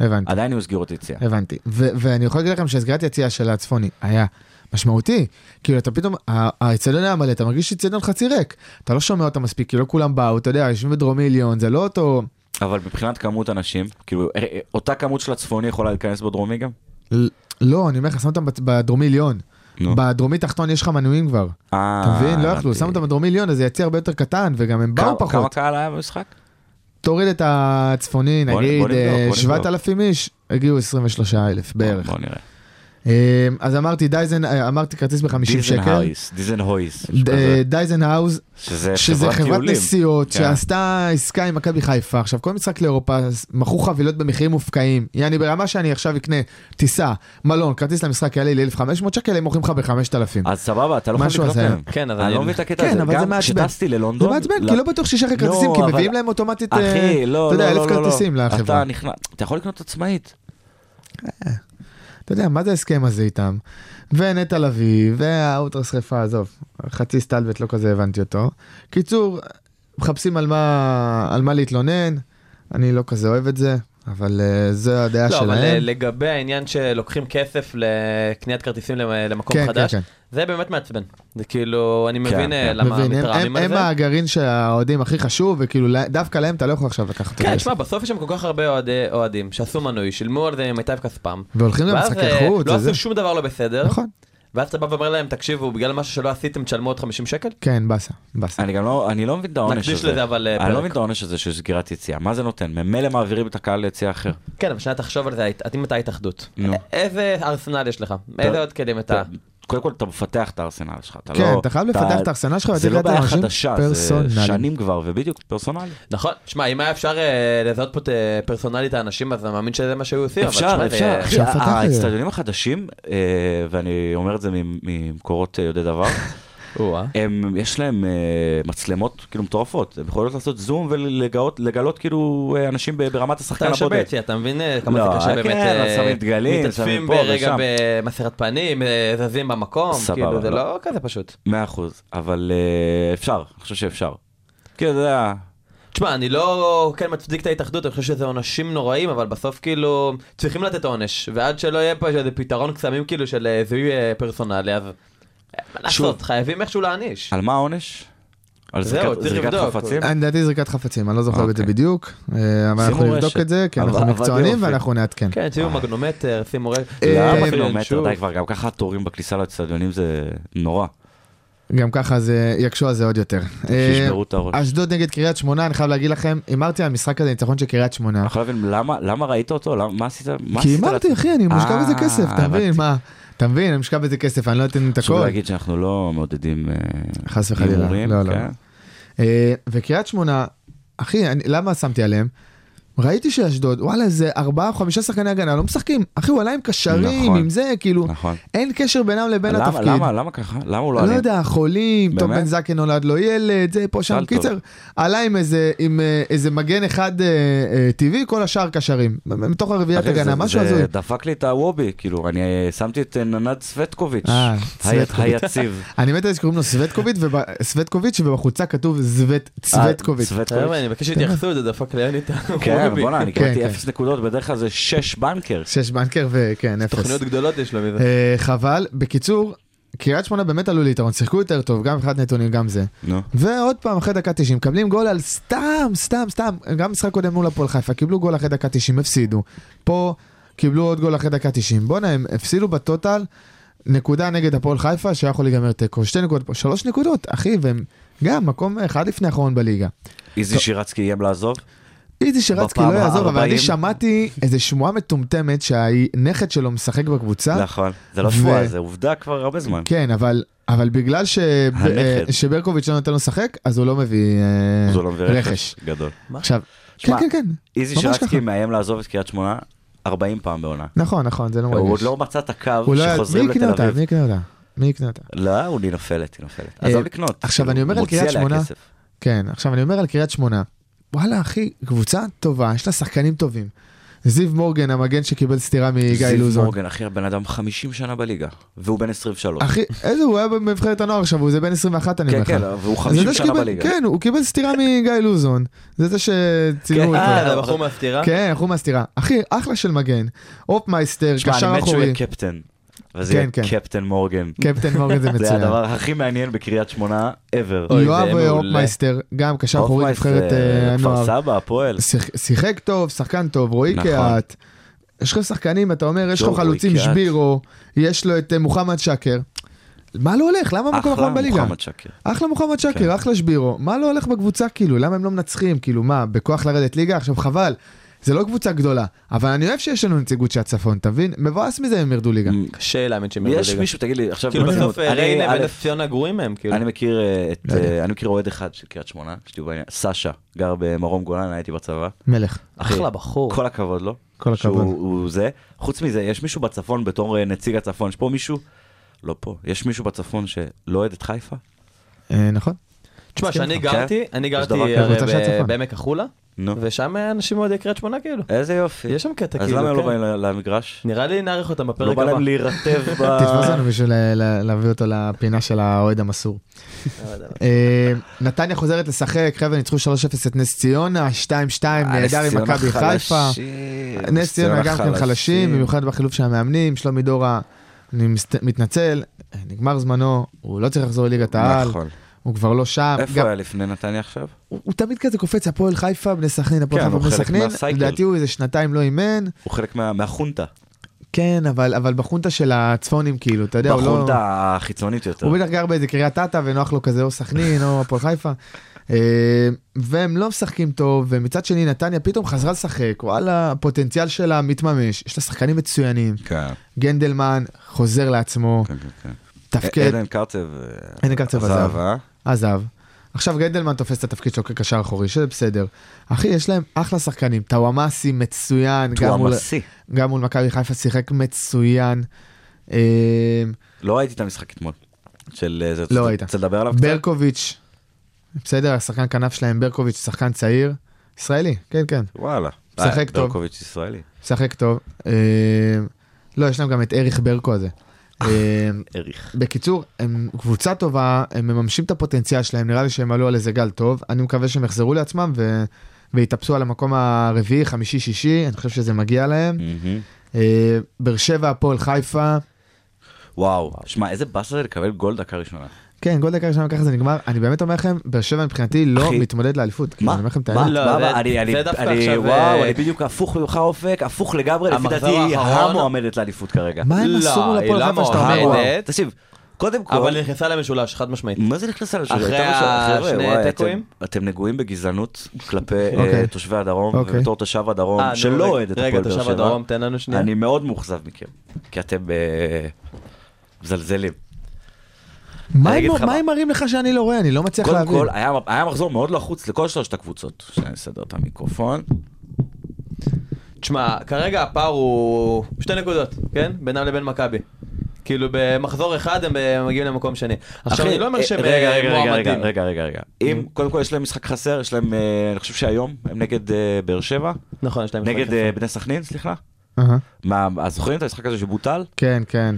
הבנתי. עדיין יהיו סגירות יציאה. הבנתי. ו- ואני יכול להגיד לכם שהסגירת יציאה של הצפוני היה משמעותי. כאילו אתה פתאום, ה- האצטדיון היה מלא, אתה מרגיש אצטדיון חצי ריק. אתה לא שומע אותם מספיק, כי לא כולם באו, אתה יודע, יושבים בדרומי עליון, זה לא אותו... אבל מבחינת כמות אנשים, כאילו, אה, אה, אותה כמות של הצפוני יכולה להיכנס בדרומי גם? ל- לא, אני אומר לך, שם אותם בצ- בדרומי עליון. נו. בדרומי תחתון יש לך מנויים כבר. אה, אתה מבין? לא יכלו, הבנתי. שם אותם בדרומי עליון, אז זה יציא הרבה יותר קטן, וגם הם באו כמה- כמה פחות. קהל היה במשחק? תוריד את הצפוני, בוא נגיד, נבדוק, אה, בוא נבדוק. 7,000 איש, הגיעו 23,000 בערך. בוא נראה. אה, אז אמרתי דייזן, אה, אמרתי כרטיס ב-50 שקל. דיזנהויס, דיזנהויס. אה, דייזנהאוז, שזה שזה חברת טיולים. נסיעות כן. שעשתה עסקה עם מכבי חיפה עכשיו כל משחק לאירופה אז מכרו חבילות במחירים מופקעים יעני ברמה שאני עכשיו אקנה טיסה מלון כרטיס למשחק יעלה לי 1,500 שקל הם מוכרים לך ב-5,000. אה. אז סבבה, אתה לא יכול משהו לקנות הזיה. מהם. כן, אבל אני לא אני- מבין את הקטע הזה. כן אבל זה גם מעצבן. כשטסתי ללונדון... זה מעצבן כי לא בטוח שישחק כרטיסים לא, כי אבל- מביאים להם אוטומטית אה, אחי, לא, אתה יודע לא, אלף לא, לא, כרטיסים לא. לחברה. אתה נכנס, אתה יכול לקנות עצמאית. אתה יודע מה זה ההסכם הזה איתם. ונטע לביא והאוטרס חיפה עזוב חצי סטלבט לא כזה הבנתי אותו. קיצור מחפשים על מה על מה להתלונן אני לא כזה אוהב את זה אבל אה, זו הדעה לא, אבל אה, שלהם. לגבי העניין שלוקחים כסף לקניית כרטיסים למ- למקום כן, כן, חדש, כן. זה באמת מעצבן. זה כאילו, אני מבין אה, כן. למה מבין, הם- מתרעמים הם- על הם זה. הגרעין של האוהדים הכי חשוב, וכאילו לה- דווקא להם אתה לא יכול עכשיו לקחת את כן, הכסף. תשמע, בסוף יש שם כל כך הרבה אוהדי- אוהדים שעשו מנוי, שילמו על זה ממיטב כספם. והולכים ואז למשחקי אה, חוץ, לא זה זה. עשו שום דבר לא בסדר. נכון. ואז אתה בא ואומר להם, תקשיבו, בגלל משהו שלא עשיתם, תשלמו עוד 50 שקל? כן, באסה, באסה. אני גם לא, אני לא מבין את העונש הזה. נקדיש לזה אבל אה, אני לא פרק. מבין את העונש הזה של סגירת יציאה, מה זה נותן? ממילא מעבירים את הקהל ליציאה אחר. כן, אבל שנייה תחשוב על זה, הת- אם אתה ההתאחדות. נו. א- איזה ארסנל יש לך? איזה עוד כלים אתה... קודם כל אתה מפתח את הארסנל שלך, אתה לא... כן, אתה חייב לפתח את הארסנל שלך זה ולתת לא בעיה לאנשים חדשה, זה פרסונליים. שנים כבר, ובדיוק פרסונלי. נכון, שמע, אם היה אפשר אה, לזהות פה אה, פרסונלית את האנשים, אז אני מאמין שזה מה שהיו עושים. אבל אפשר, שמע, זה- אפשר. אחי, אפשר לפתח את זה. האצטדיונים החדשים, אה, ואני אומר את זה ממ- ממקורות אה, יודעי דבר, או-אה. הם, יש להם אה, מצלמות כאילו מטורפות, הם יכולות לעשות זום ולגלות לגלות, כאילו אה, אנשים ב- ברמת השחקן אתה יושב הבודד. ביציע, אתה מבין אה, כמה לא, זה קשה כן, באמת, אז אה, שמים דגלים, מתעטפים שמים פה ברגע ושם. במסירת פנים, אה, זזים במקום, סבבה, כאילו זה לא. לא כזה פשוט. מאה אחוז, אבל אה, אפשר, אני חושב שאפשר. כאילו, אתה יודע, תשמע, אני לא כן מצדיק את ההתאחדות, אני חושב שזה עונשים נוראים, אבל בסוף כאילו צריכים לתת עונש, ועד שלא יהיה פה איזה פתרון קסמים כאילו של אה, זיהוי אה, פרסונלי, אז... אה, מה שוב. לעשות, חייבים איכשהו להעניש. על מה העונש? על זהו, זריקת- צריך זריקת לבדוק. חפצים? אני לדעתי זריקת חפצים, אני לא זוכר את זה אוקיי. בדיוק, אה, אבל אנחנו שימו נבדוק רשת. את זה, כי אבל- אנחנו אבל מקצוענים יופי. ואנחנו נעדכן. כן, תהיו מגנומטר, שימו רגע. לא, אה, למה אה, קילומטר? אה. די כבר, גם ככה התורים בכניסה לאצטדיונים זה נורא. גם ככה זה יקשו על זה עוד יותר. שישברו את הראש. אה, אשדוד נגד קריית שמונה, אני חייב להגיד לכם, הימרתי על המשחק הזה, ניצחון של קרית שמונה. אני יכול להבין למה למה ראית אותו? למה- מה עשית? מה כי עשית הימרתי, לעצמך? אחי, אני מושקע אה, בזה כסף, אתה מבין? הבנתי. מה? אתה מבין, אני מושקע בזה כסף, אני לא אתן את חשוב הכל. להגיד שאנחנו לא מעודדים אה, חס וחלילה, הימורים, לא, לא. כן? אה, וקריית שמונה, אחי, אני- למה שמתי עליהם? ראיתי שאשדוד, וואלה, זה ארבעה, חמישה שחקני הגנה, לא משחקים. אחי, הוא עלה עם קשרים, נכון. עם זה, כאילו, נכון. אין קשר בינם לבין למה- התפקיד. למה למה ככה? למה הוא לא לא עלה? יודע, חולים, תום באמת? בן זקן נולד לו ילד, זה פה שם. מזל טוב. קיצר, עלה עם איזה- עם, אה, איזה מגן אחד אה, אה, טבעי, כל השאר קשרים. מתוך הרביעיית אחי, הגנה, זה- משהו הזוי. זה דפק לי את הוובי, כאילו, אני אה, שמתי את אה, ננד סווטקוביץ', אה, היה- סווטקוביץ'. (laughs) היציב. אני מת על זה שקוראים לו סווטקוביץ', וב- סווטקוביץ', ובחולצה כתוב זווט- אה, צווטקוביץ'. סווטקוביץ'. חבר'ה, אני מבקש שיתייחסו לזה, דפק לי אין לי את ה- כן, רובי. בוא'נה, אני כן, קיבלתי כן. אפס נקודות, בדרך כלל זה שש בנקר. שש בנקר וכן, אפס. תוכניות גדולות יש לו מזה. אה, חבל, בקיצור, קריית שמונה באמת עלו ליתרון, שיחקו יותר טוב, גם מבחינת נתונים, גם זה. נו. ועוד פעם, אחרי דקה 90, מקבלים גול על סתם, סתם, סתם, גם משחק קודם מול הפועל חיפה, קיבלו גול אחרי דקה 90, הפסידו. פה קיבלו עוד גול אחרי דקה 90. בואנה, הם הפסידו בטוטל נקודה נגד הפועל חיפה, שהיה יכול להיגמר תיקו, שתי נקודות, פה, שלוש נקודות, אחי, והם גם מקום אחד לפני האחרון בליגה. איזי שירצקי איים לעזוב? איזי שרצקי בפעם לא יעזוב, אבל אני ה-40. שמעתי איזה שמועה מטומטמת שהנכד שלו משחק בקבוצה. נכון. זה לא ו- שמועה, זה עובדה כבר הרבה זמן. כן, אבל, אבל בגלל ש... הנכד. שברקוביץ' לא נותן לו לשחק, אז הוא לא מביא אה, אז הוא לא מביא רכש. רכש. גדול. עכשיו, כן, שמע, כן, כן, איזי ממש ככה. שירצקי מאיים לעזוב את קריית שמונה 40 פעם בעונה. נכון, נכון, זה לא מרגש. הוא עוד לא מצא את הקו הוא לא- שחוזרים מי יקנה לתל אותה? מי אביב. יקנה אותה? מי יקנה אותה? לא, הוא היא נופלת, היא נופלת. אה, עזוב לקנות. כאילו, עכשיו, אני אומר על מוציא קריית עליה שמונה, כסף. כן, עכשיו אני אומר על קריית שמונה. וואלה, אחי, קבוצה טובה, יש לה שחקנים טובים. זיו מורגן, המגן שקיבל סטירה מגיא זיו לוזון. מורגן, אחי, הבן אדם 50 שנה בליגה, והוא בן 23. אחי, איזה הוא היה בנבחרת הנוער עכשיו, הוא זה בן 21 אני אומר כן, לך. כן, והוא אז זה 50 זה שנה שקיבל- בליגה. כן, הוא קיבל סטירה מגיא לוזון. זה זה שצילמו אותו. כן, אה, זה נכון. הבחור מהסתירה? כן, אנחנו מהסתירה. אחי, אחלה של מגן. אופמייסטר, שמע, קשר אני מת שהוא אחורי. יהיה קפטן. אבל זה כן, יהיה כן. קפטן מורגן. קפטן מורגן זה (laughs) זה מצוין. הדבר הכי מעניין בקריית שמונה ever. אוי, יואב זה מעולה. אופמייסטר, גם קשר אחורי הופמייסט, נבחרת אה, אה, הנוער. כפר סבא, הפועל. שיח- שיחק טוב, שחקן טוב, רועי נכון. קהת. יש לך שחקנים, אתה אומר, יש לך טוב, רועי חלוצים קהת. שבירו, יש לו את אה, מוחמד שקר. מה לא הולך? למה מקום אחלה אחרון בליגה? מוחמד שקר. אחלה מוחמד כן. שקר, אחלה שבירו. מה לא הולך בקבוצה כאילו? למה הם לא מנצחים? כאילו מה, בכוח לרדת ליגה? עכשיו חבל. זה לא קבוצה גדולה, אבל אני אוהב שיש לנו נציגות של הצפון, אתה מבין? מבואס מזה הם ירדו ליגה. קשה להאמין שהם ירדו יש ליגה. מישהו, תגיד לי, עכשיו כאילו ברצינות, בסוף אה, אני- ריינה א', ונס ציונה גרועים מהם, כאילו. אני מכיר אה, את, לא יודע. אה, אני מכיר אוהד אחד של קריית שמונה, שתהיו בעניין, סשה, גר במרום גולן, הייתי בצבא. מלך. אחי, אחלה בחור. כל הכבוד לו. כל שהוא- הכבוד. הוא זה. חוץ מזה, יש מישהו בצפון בתור אה, נציג הצפון, יש פה מישהו? לא פה. יש מישהו בצפון שלא אוהד את חיפה? אה, נכון. תשמע, מסכים שאני איתך. גרתי, כן? אני יש דבר גרתי כזה. הרי קבוצה של ב- הצפון. בעמק החולה, נו. ושם אה, אנשים מאוד יקריית שמונה כאילו. איזה יופי. יש שם קטע אז כאילו, למה הם לא כן. באים ל- למגרש? נראה לי נאריך אותם בפרק לא בא הבא. להם (laughs) להירטב ב... תתפוס לנו בשביל אה, לה- להביא אותו לפינה של האוהד המסור. אה, נתניה חוזרת לשחק, חבר'ה ניצחו 3-0 את נס ציונה, 2-2 אה, נס נהדר עם ציונה מכבי חיפה. חלשים, נס ציונה גם כן חלשים, חלשים. במיוחד בחילוף של המאמנים, שלומי דורה, אני מסת- מתנצל, אה, נגמר זמנו, הוא לא צריך לחזור לליגת העל, נכון. הוא כבר לא שם. איפה גם- היה לפני נתניה עכשיו? הוא הוא תמיד כזה קופץ, הפועל חיפה, בני סכנין, הפועל כן, חיפה, הוא בני חלק סכנין, מהסייקל. לדעתי הוא איזה שנתיים לא אימן, הוא חלק מה- מהחונטה. כן, אבל אבל בחונטה של הצפונים כאילו, אתה יודע, הוא לא... בחונטה החיצונית יותר. הוא בטח גר באיזה קריית אתא ונוח לו כזה או סכנין או הפועל חיפה. אה, והם לא משחקים טוב ומצד שני נתניה פתאום חזרה לשחק וואלה הפוטנציאל שלה מתממש יש לה שחקנים מצוינים כן, גנדלמן חוזר לעצמו כן, כן, כן. תפקד עדן קרצב עדן קרצב עזב. אה? עזב. עכשיו גנדלמן תופס את התפקיד שלו כקשר אחורי שזה בסדר. אחי יש להם אחלה שחקנים טוואמאסי מצוין גם מול- טועמסי. גם מול מכבי חיפה שיחק מצוין. אה, לא ראיתי את המשחק אתמול. של איזה... לא ראית. רוצה לדבר עליו קצת? ברקוביץ', בסדר, השחקן כנף שלהם, ברקוביץ', שחקן צעיר, ישראלי, כן, כן, וואלה. משחק אה, טוב. ברקוביץ' ישראלי. משחק טוב. אה, לא, יש להם גם את אריך ברקו הזה. אה, (laughs) אריך. בקיצור, הם קבוצה טובה, הם מממשים את הפוטנציאל שלהם, נראה לי שהם עלו על איזה גל טוב, אני מקווה שהם יחזרו לעצמם ו... ויתאפסו על המקום הרביעי, חמישי, שישי, אני חושב שזה מגיע להם. מהמם. אה, באר שבע, הפועל חיפה, וואו. שמע, איזה באסה זה לקבל גול דקה ראשונה. כן, גול דקה ראשונה ככה זה נגמר, אני באמת אומר לכם, באר שבע מבחינתי לא אחי, מתמודד לאליפות. כאילו, מה? אני אומר לכם את מה? האמת. לא, מה? זה- מה? אני, זה אני, דווקא אני, עכשיו, וואו, אה, אני בדיוק הפוך ממך אופק, הפוך לגמרי, לפי המחזור דעתי היא האחרון- המועמדת לאליפות כרגע. מה הם לא, עשו היא לפועל לא חיפה שאתה אומר? מועמדת. וואו. באמת? תקשיב, קודם כל, אבל נכנסה למשולש, חד משמעית. מה זה נכנסה לשאלה? אחרי הייתה משהו- השני חבר'ה, וואי, אתם- תיקואים? אתם נגועים בגזענות כלפי אוקיי. אה, תושבי הדרום, אוקיי. ובתור תושב הדרום, אה, נו, רגע, שלא אוהד את רגע, הפועל באר תושב שבע, הדרום, תן לנו שנייה. אני מאוד מאוכזב מכם, כי אתם אה, מזלזלים. מה אני הם- אגיד לך מה מה. הם מראים לך שאני לא רואה? אני לא מצליח קודם להבין. כל, היה היה מחזור מאוד לחוץ לכל שלושת הקבוצות. שנייה, נסדר את המיקרופון. תשמע, כרגע הפער הוא שתי נקודות, כן? בינם לבין מכבי. כאילו במחזור אחד הם אה, מגיעים למקום שני. עכשיו אחי, אני לא אומר אה, שהם רגע, אה, רגע, רגע, רגע, מועמדים. Mm. רגע, רגע, רגע. אם, קודם כל יש להם משחק חסר, יש להם, אה, אני חושב שהיום, הם נגד אה, באר שבע, נכון, יש להם משחק נגד אחד. אה, בני סכנין, סליחה. אהה. מה, אז זוכרים את המשחק הזה שבוטל? כן, כן.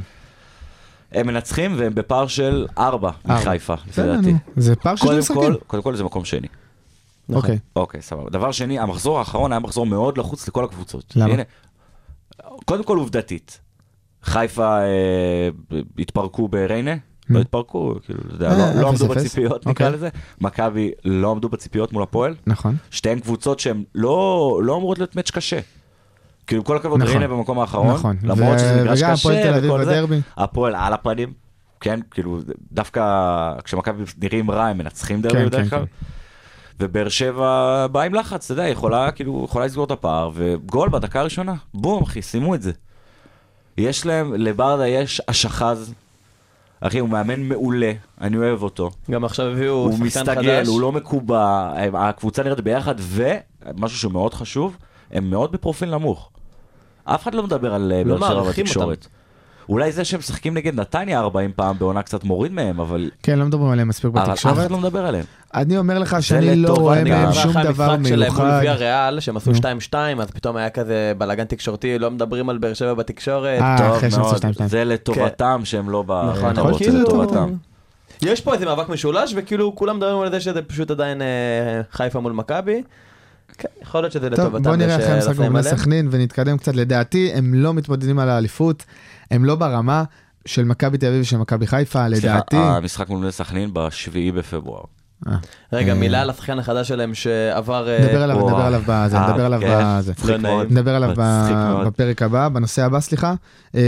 הם מנצחים והם בפער של ארבע ארבע. מחיפה, לפי אה. בסדר, דעתי. נו. זה פער של שני קודם משחקים. כל, קודם כל זה מקום שני. נכון. אוקיי. אוקיי, סבבה. דבר שני, המחזור האחרון היה מחזור מאוד לחוץ לכל הקבוצות. למה? הנה, קודם כל עובדתית. חיפה אה, התפרקו בריינה, לא התפרקו, כאילו, אתה יודע, אה, לא- לא אפס, עמדו אפס. בציפיות, אוקיי. נקרא לזה. מכבי לא עמדו בציפיות מול הפועל. נכון. שתיהן קבוצות שהן לא לא אמורות להיות מאץ' קשה. כאילו, עם כל הכבוד, נכון. ריינה במקום האחרון, נכון. למרות ו- שזה מגרש וגם הפועל תל קשה אביב וכל זה, בדרבי. הפועל על הפנים, כן, כאילו, דווקא כשמכבי נראים רע, הם מנצחים דרבי כן, בדרך כן, כלל. ובאר שבע באה עם לחץ, אתה יודע, היא יכולה, כאילו, יכולה לסגור את הפער, וגול בדקה הראשונה, בום, אחי, סיימו את זה. יש להם, לברדה יש אשחז, אחי, הוא מאמן מעולה, אני אוהב אותו. גם עכשיו הביאו הוא שחקן חדש. מסתגל, הוא לא מקובע, הם- הקבוצה נראית ביחד, ומשהו שהוא מאוד חשוב, הם מאוד בפרופיל נמוך. אף אחד לא מדבר על אה, לא באר שבע מעריכים בתקשורת. אולי זה שהם משחקים נגד נתניה 40 פעם בעונה קצת מוריד מהם, אבל כן, לא מדברים עליהם מספיק אבל אף אחד בתקשורת. אה, לא מדבר עליהם. אני אומר לך שאני לא לטובה, רואה אני נגיד, גם. מהם אחרי שום דבר אה, המשחק שלהם מול מיוחד. ויה ריאל, שהם עשו נו. 2-2, אז פתאום היה כזה בלאגן תקשורתי, לא מדברים על באר שבע בתקשורת. אה, טוב אחרי שהם עשו מאוד, שתיים, שתיים. זה לטובתם שהם לא ב... נכון, אתה נכון, רוצה, כאילו- זה לטובתם. יש פה איזה מאבק משולש, וכאילו כולם מדברים על זה שזה פשוט עדיין אה, חיפה מול מכבי. כן, יכול להיות שזה טוב, לטובתם. בוא נראה אחרי ושלא המשחק שמים בבני עליהם. סכנין ונתקדם קצת. לדעתי, הם לא מתמודדים על האליפות, הם לא ברמה של מכבי תל אביב ושל מכבי חיפה, סליחה, אה, לדעתי. המשחק מול בני סכנין בשביעי בפברואר. רגע, מילה על השחקן החדש שלהם שעבר... אה, נדבר עליו, וואו. נדבר עליו בזה, אה, נדבר עליו כן. בזה. מצחיק לא מאוד. נעים. נדבר עליו מצחיק ב- מאוד. בפרק הבא, בנושא הבא, סליחה. אה,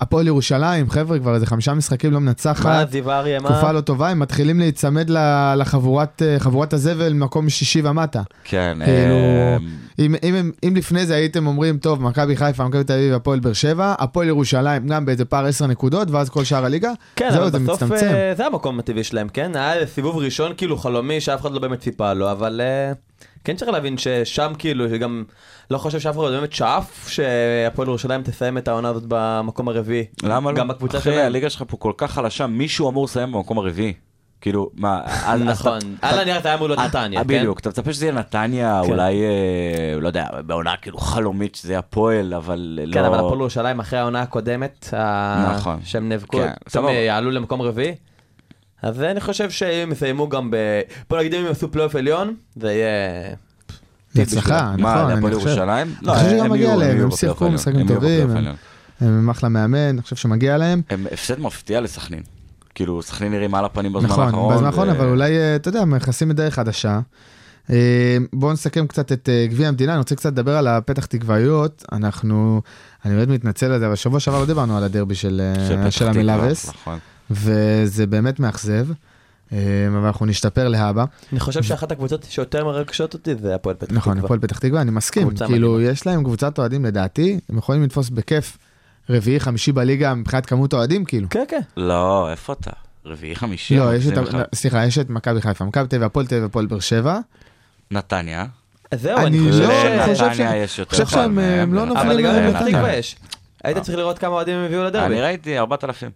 הפועל ירושלים, חבר'ה, כבר איזה חמישה משחקים לא מה, מנצחת. זיו אריה, תקופה מה? לא טובה, הם מתחילים להיצמד ל- לחבורת אה, חבורת הזבל מקום שישי ומטה. כן, כאילו, אה, אם, אם, הם- אם לפני זה הייתם אומרים, טוב, מכבי חיפה, מכבי תל אביב, הפועל באר שבע, הפועל ירושלים גם באיזה פער 10 נקודות, ואז כל שאר הליגה, כן, זהו, אבל זה בסוף מצטמצם. אה, זה המקום הטבעי שלהם, כן? היה איזה סיבוב ראשון כאילו חלומי שאף אחד לא באמת ציפה לו, אבל אה, כן צריך להבין ששם כאילו, שגם לא חושב שאף אחד באמת שאף שהפועל ירושלים תסיים את העונה הזאת במקום הרביעי. למה לא? גם בקבוצה אחי, שלהם. הליגה שלך פה כל כך חלשה, מישהו אמור לסיים במקום הרביעי. כאילו, מה, אז- אז אתה- נכון. על הנייר זה היה מול אה, נתניה, כן? בדיוק, אתה מצפה שזה יהיה נתניה, כן. אולי, אה, לא יודע, בעונה כאילו חלומית שזה יהיה הפועל, אבל לא... כן, אבל הפועל ירושלים אחרי העונה הקודמת, ה- נכון. שהם נאבקו, כן, הם סבבה. יעלו למקום רביעי. אז אני חושב שאם הם יסיימו גם ב... בוא נגיד אם הם יעשו פלייאוף עליון, זה יהיה... בהצלחה, מה, נכון, להפועל אני חושב. ירושלים? לא, אני חושב שגם הם מגיע יהיו- להם, יהיו הם בפלייאוף שיחקו העליון. משחקים הם יהיו טובים, בפלייאוף הם- העליון. הם אחלה מאמן, אני חושב שמגיע להם. הם הפסד מפתיע לסכנין. כאילו, סכנין נראים על הפנים בזמן האחרון. נכון, בזמן האחרון, ו- אבל אולי, אה, אתה יודע, מכסים לדרך חדשה. אה, בואו נסכם קצת את אה, גביע המדינה, אני רוצה קצת לדבר על הפתח תקוויות. אנחנו, אני באמת מתנצל על זה, אבל שבוע שעבר לא דיברנו על הדרבי של, אה, פתח של תקווה, המילאבס, נכון. וזה באמת מאכזב, אה, אבל אנחנו נשתפר להבא. אני חושב שאחת הקבוצות שיותר מרגשות אותי זה הפועל פתח תקווה. נכון, הפועל פתח תקווה, אני מסכים. קבוצה כאילו, מדהימה. יש להם קבוצת אוהדים לדעתי, הם יכולים לתפוס בכיף רביעי, חמישי בליגה מבחינת כמות אוהדים, כאילו. כן, כן. לא, איפה אתה? רביעי חמישי? לא, יש את, מחזיר לך. לא, סליחה, יש את מכבי חיפה, מכבי תל אביב, הפועל תל אביב, הפועל באר שבע. נתניה. אז זהו, אני אני לא חושב לנתניה ש... חושב ש- יש יותר חושב אחד שהם, מהם, הם לא אבל נופלים אבל גם להם לפתח נתניה. תקווה יש. היית צריך לראות כמה אוהדים הם הביאו לדרבי. אני ראיתי 4,000.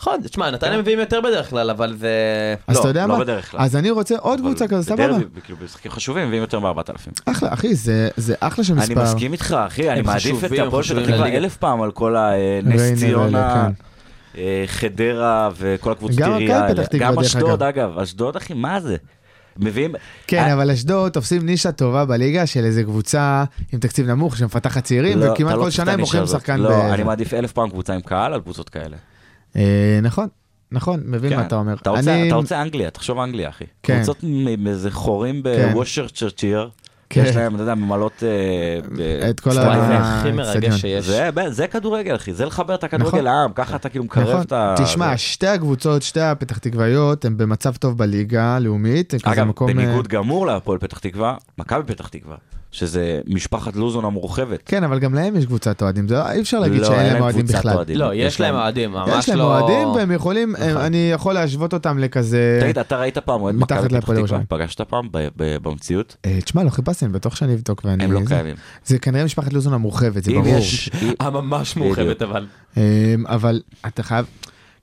נכון, תשמע, נתניה כן. מביאים יותר בדרך כלל, אבל זה... אז לא, אתה יודע לא מה? בדרך כלל. אז אני רוצה עוד אבל קבוצה כזאת, סבבה. בדרבי, כאילו, במשחקים חשובים, מביאים יותר מ-4,000. אחלה, אחי, זה- זה אחלה של אני מספר. מסכים איתך, אחי, אני מעדיף את חשובים, הם הפועל פתח חשובים תקווה לליגה. אלף פעם על כל הנס ריינה ציונה, ואלה, אה, חדרה וכל הקבוצות כן. גם עירייה מכבי האלה. פתח תקווה, גם דרך אשדוד, אגב. אגב. אשדוד, אחי, מה זה? מביאים... כן, אה, אבל אשדוד תופסים נישה טובה בליגה של איזה קבוצה עם תקציב נמוך שמפתחת צעירים, לא, וכמעט אתה לא כל תפתע שנה הם מוכרים נישה הזאת. שחקן ב... לא, אני מעדיף אלף פעם קבוצה עם קהל על קבוצות כאלה. אה, נכון, נכון, מבין מה כן. אתה אומר. אתה רוצה- אני- אתה רוצה אנגליה, תחשוב אנגליה, אחי. כן. קבוצות מ- מאיזה חורים כן. בוושרצ'רצ'יר, כן. יש להם, אתה יודע, ממלאות... אה, ב- את כל וואי, זה הכי האצטדיון. מרגש שיש. זה, זה כדורגל, אחי, זה לחבר את נכון. הכדורגל לעם, ככה אתה כאילו מקרב נכון, את ה... תשמע, שתי הקבוצות, שתי הפתח תקוויות, הן במצב טוב בליגה הלאומית. הן כזה אגב, מקום, בניגוד אה, גמור להפועל פתח תקווה, מכבי פתח תקווה, שזה משפחת לוזון המורחבת. כן, אבל גם להם יש קבוצת אוהדים, זה לא- אי אפשר להגיד לא, שאין אין להם להם אוהדים קבוצת בכלל. אוהדים. לא, יש להם אוהדים, ממש לא... יש להם אוהדים והם יכולים, הם- אני יכול להשוות אותם לכזה... נכון. אה, תגיד, אתה ראית פעם אוהד מתחת מכבי פתח להפועל תקווה? ירושלים. פגשת פעם ב- ב- במציאות? אה, תשמע, לא חיפשתי, אני בטוח שאני אבדוק ואני... הם לא זה- קיימים. זה כנראה משפחת לוזון המורחבת, זה אם ברור. יש- אם- הממש אה, מורחבת, בדיוק. אבל. אמ, אבל אתה חייב,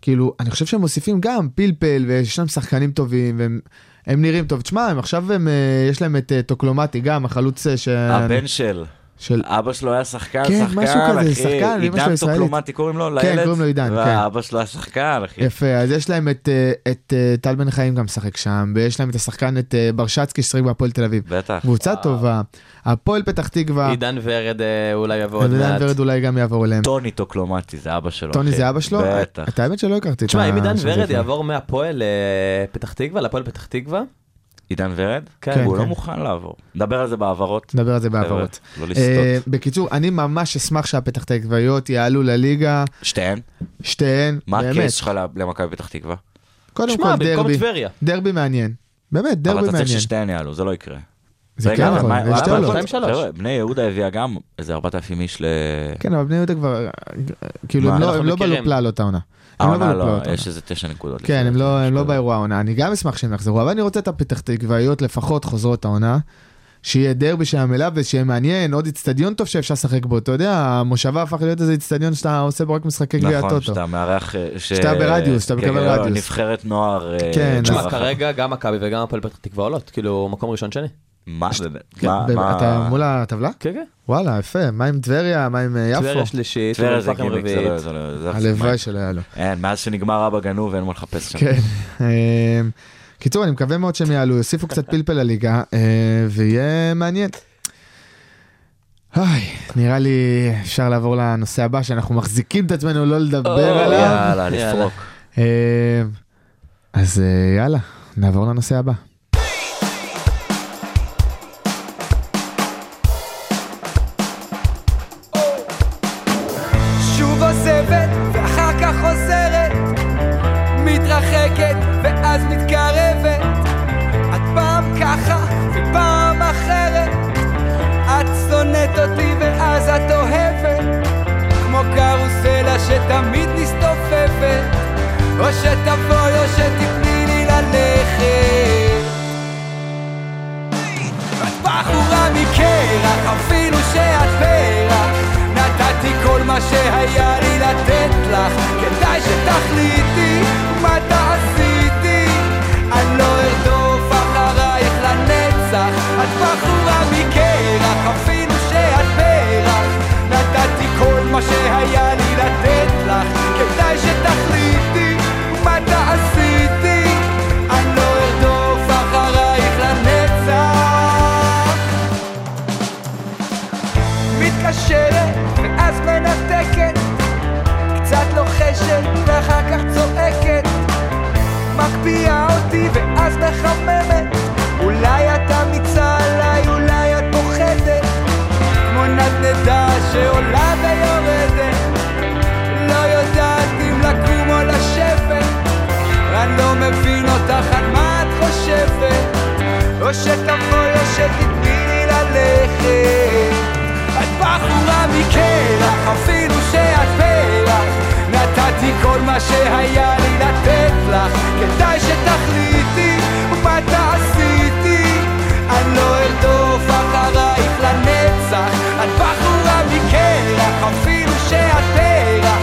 כאילו, אני חושב שהם מוסיפים גם פלפל, ויש להם שחקנים טובים, והם הם נראים טוב. תשמע, הם עכשיו הם, אה, יש להם את אה, טוקלומטי גם, החלוץ אה, ש... הבן של, של... אבא שלו היה שחקן, כן, שחקן, משהו כזה, אחי. שחקן, אמא שלו עידן ישראלית. טוקלומטי קוראים לו, לילד? כן, קוראים לו עידן, ואבא שלו היה שחקן, אחי. יפה, אז יש להם את, אה, את אה, טל בן חיים גם משחק שם, ויש להם את השחקן, את אה, ברשצקי ששיחק בהפועל תל אביב. בטח. קבוצה טובה, הפועל פתח תקווה, עידן ורד אה, אולי יבוא עוד עידן מעט. ורד אולי גם יעבור אליהם. טוני טוקלומטי זה אבא שלו. טוני אחי. זה אבא שלו? בטח. את האמת שלא הכרתי את תשמע, אם עידן השם ורד שלו. יעבור מהפועל אה, פתח תקווה לפועל פתח תקווה, עידן ורד? כן, הוא לא כן. מוכן לעבור. נדבר על זה בהעברות. נדבר על זה בהעברות. חבר'ה, לא אה, לסטות. בקיצור, אני ממש אשמח שהפתח תקוויות יעלו לליגה, שתיהן? שתיהן, מה באמת. הקייס שלך למכבי פתח תקווה? קודם שמע, כל במקום דרבי, טבריה. דרבי מעניין. באמת, אבל דרבי אתה צריך מעניין. ששתיהן יעלו, זה לא יקרה. זה רגע, כן אבל נכון, מה- יש מה- שתי מה- עולות. שתיים, שלוש. חבר'ה, בני יהודה הביאה גם איזה 4,000 איש ל... כן, אבל בני יהודה כבר, כאילו, מה, הם לא- אנחנו הם לא מכירים. בלופלה לעלות העונה. הם העונה בלופלה לא, לעלות העונה. יש איזה 9 נקודות. כאילו. כן, לפי הם דעתי, לא, הם משהו לא כזה. באירוע העונה. אני גם אשמח שהם יחזרו, אבל אני רוצה את הפתח תקוואיות לפחות חוזרות העונה. שיהיה דרבי של המלאבס, שיהיה מעניין, עוד איצטדיון טוב שאפשר לשחק בו. אתה יודע, המושבה הפך להיות איזה איצטדיון שאתה עושה בו רק משחקי גביע נכון, הטוטו. שאתה מארח... אה, ש- שאתה ברדיוס, שאתה כן, מקבל לא, רדיוס. נבחרת נוער... אה, כן, מארחת. תשמע, כרגע גם מכבי וגם הפועל פתח תקווה עולות, כאילו מקום ראשון שני. מה באמת? כן, מה- ב- מה- אתה מול הטבלה? כן, כן. וואלה, יפה. מה עם טבריה? מה עם אה, טבריה יפו? שלישית, טבריה זה אום אל-פחם גימיק, זה רביעית. לא... זה לא- זה לא- הלוואי שלא היה לו. אין, מאז שנגמר אבא גנוב אין מה לחפש שם. כן. אמ, קיצור, אני מקווה מאוד שהם יעלו, יוסיפו קצת פלפל לליגה, אה, ויהיה מעניין. היי, נראה לי אפשר לעבור לנושא הבא, שאנחנו מחזיקים את עצמנו לא לדבר אוי, עליו. יאללה, יאללה. לפרוק. אמ, אז אה, יאללה, נעבור לנושא הבא. שוב עוזבת, ואחר כך חוזרת, מתרחקת, ואז מתקרבת. את פעם ככה, ופעם אחרת. את שונאת אותי, ואז את אוהבת. כמו קרוסלה שתמיד מסתופפת. או שתבואי או שתתני לי ללכת. את בחורה מקרח, אפילו שאת פרח נתתי כל מה שהיה לי לתת לך כדאי שתחליטי מה תעשי איתי לא לא לא או שתבואי או לא שתתני לי ללכת את בחורה מקרח אפילו שאת פרח נתתי כל מה שהיה לי לתת לך כדאי שתחליטי מה תעשיתי אני לא ארדוף אחרייך לנצח את בחורה מקרח אפילו שאת פרח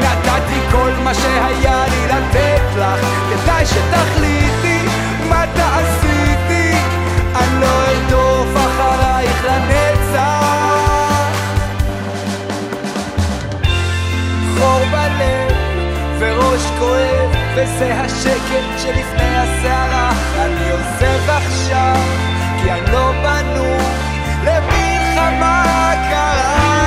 נתתי כל מה שהיה לי לתת לך כדאי שתחליטי מה תעשיתי אני לא ארדוף אחרייך לנצח חור בלב וראש כואב וזה השקט שלפני הסערה אני עוזב עכשיו כי אני לא בנוי למלחמה קרה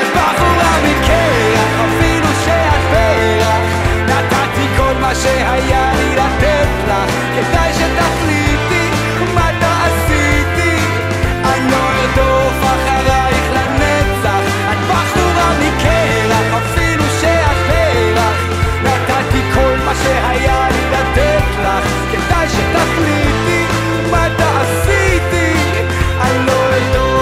את בחורה מקרח, אפילו שאת פרח. נתתי כל מה שהיה לי לתת לך, כדאי שתחליטי מה תעשיתי. אני לא ארדוף אחרייך לנצח. את בחורה מקרח, אפילו שאת פרח. נתתי כל מה שהיה לי לתת לך, כדאי שתחליטי מה תעשיתי. אני לא ארדוף אחרייך לנצח.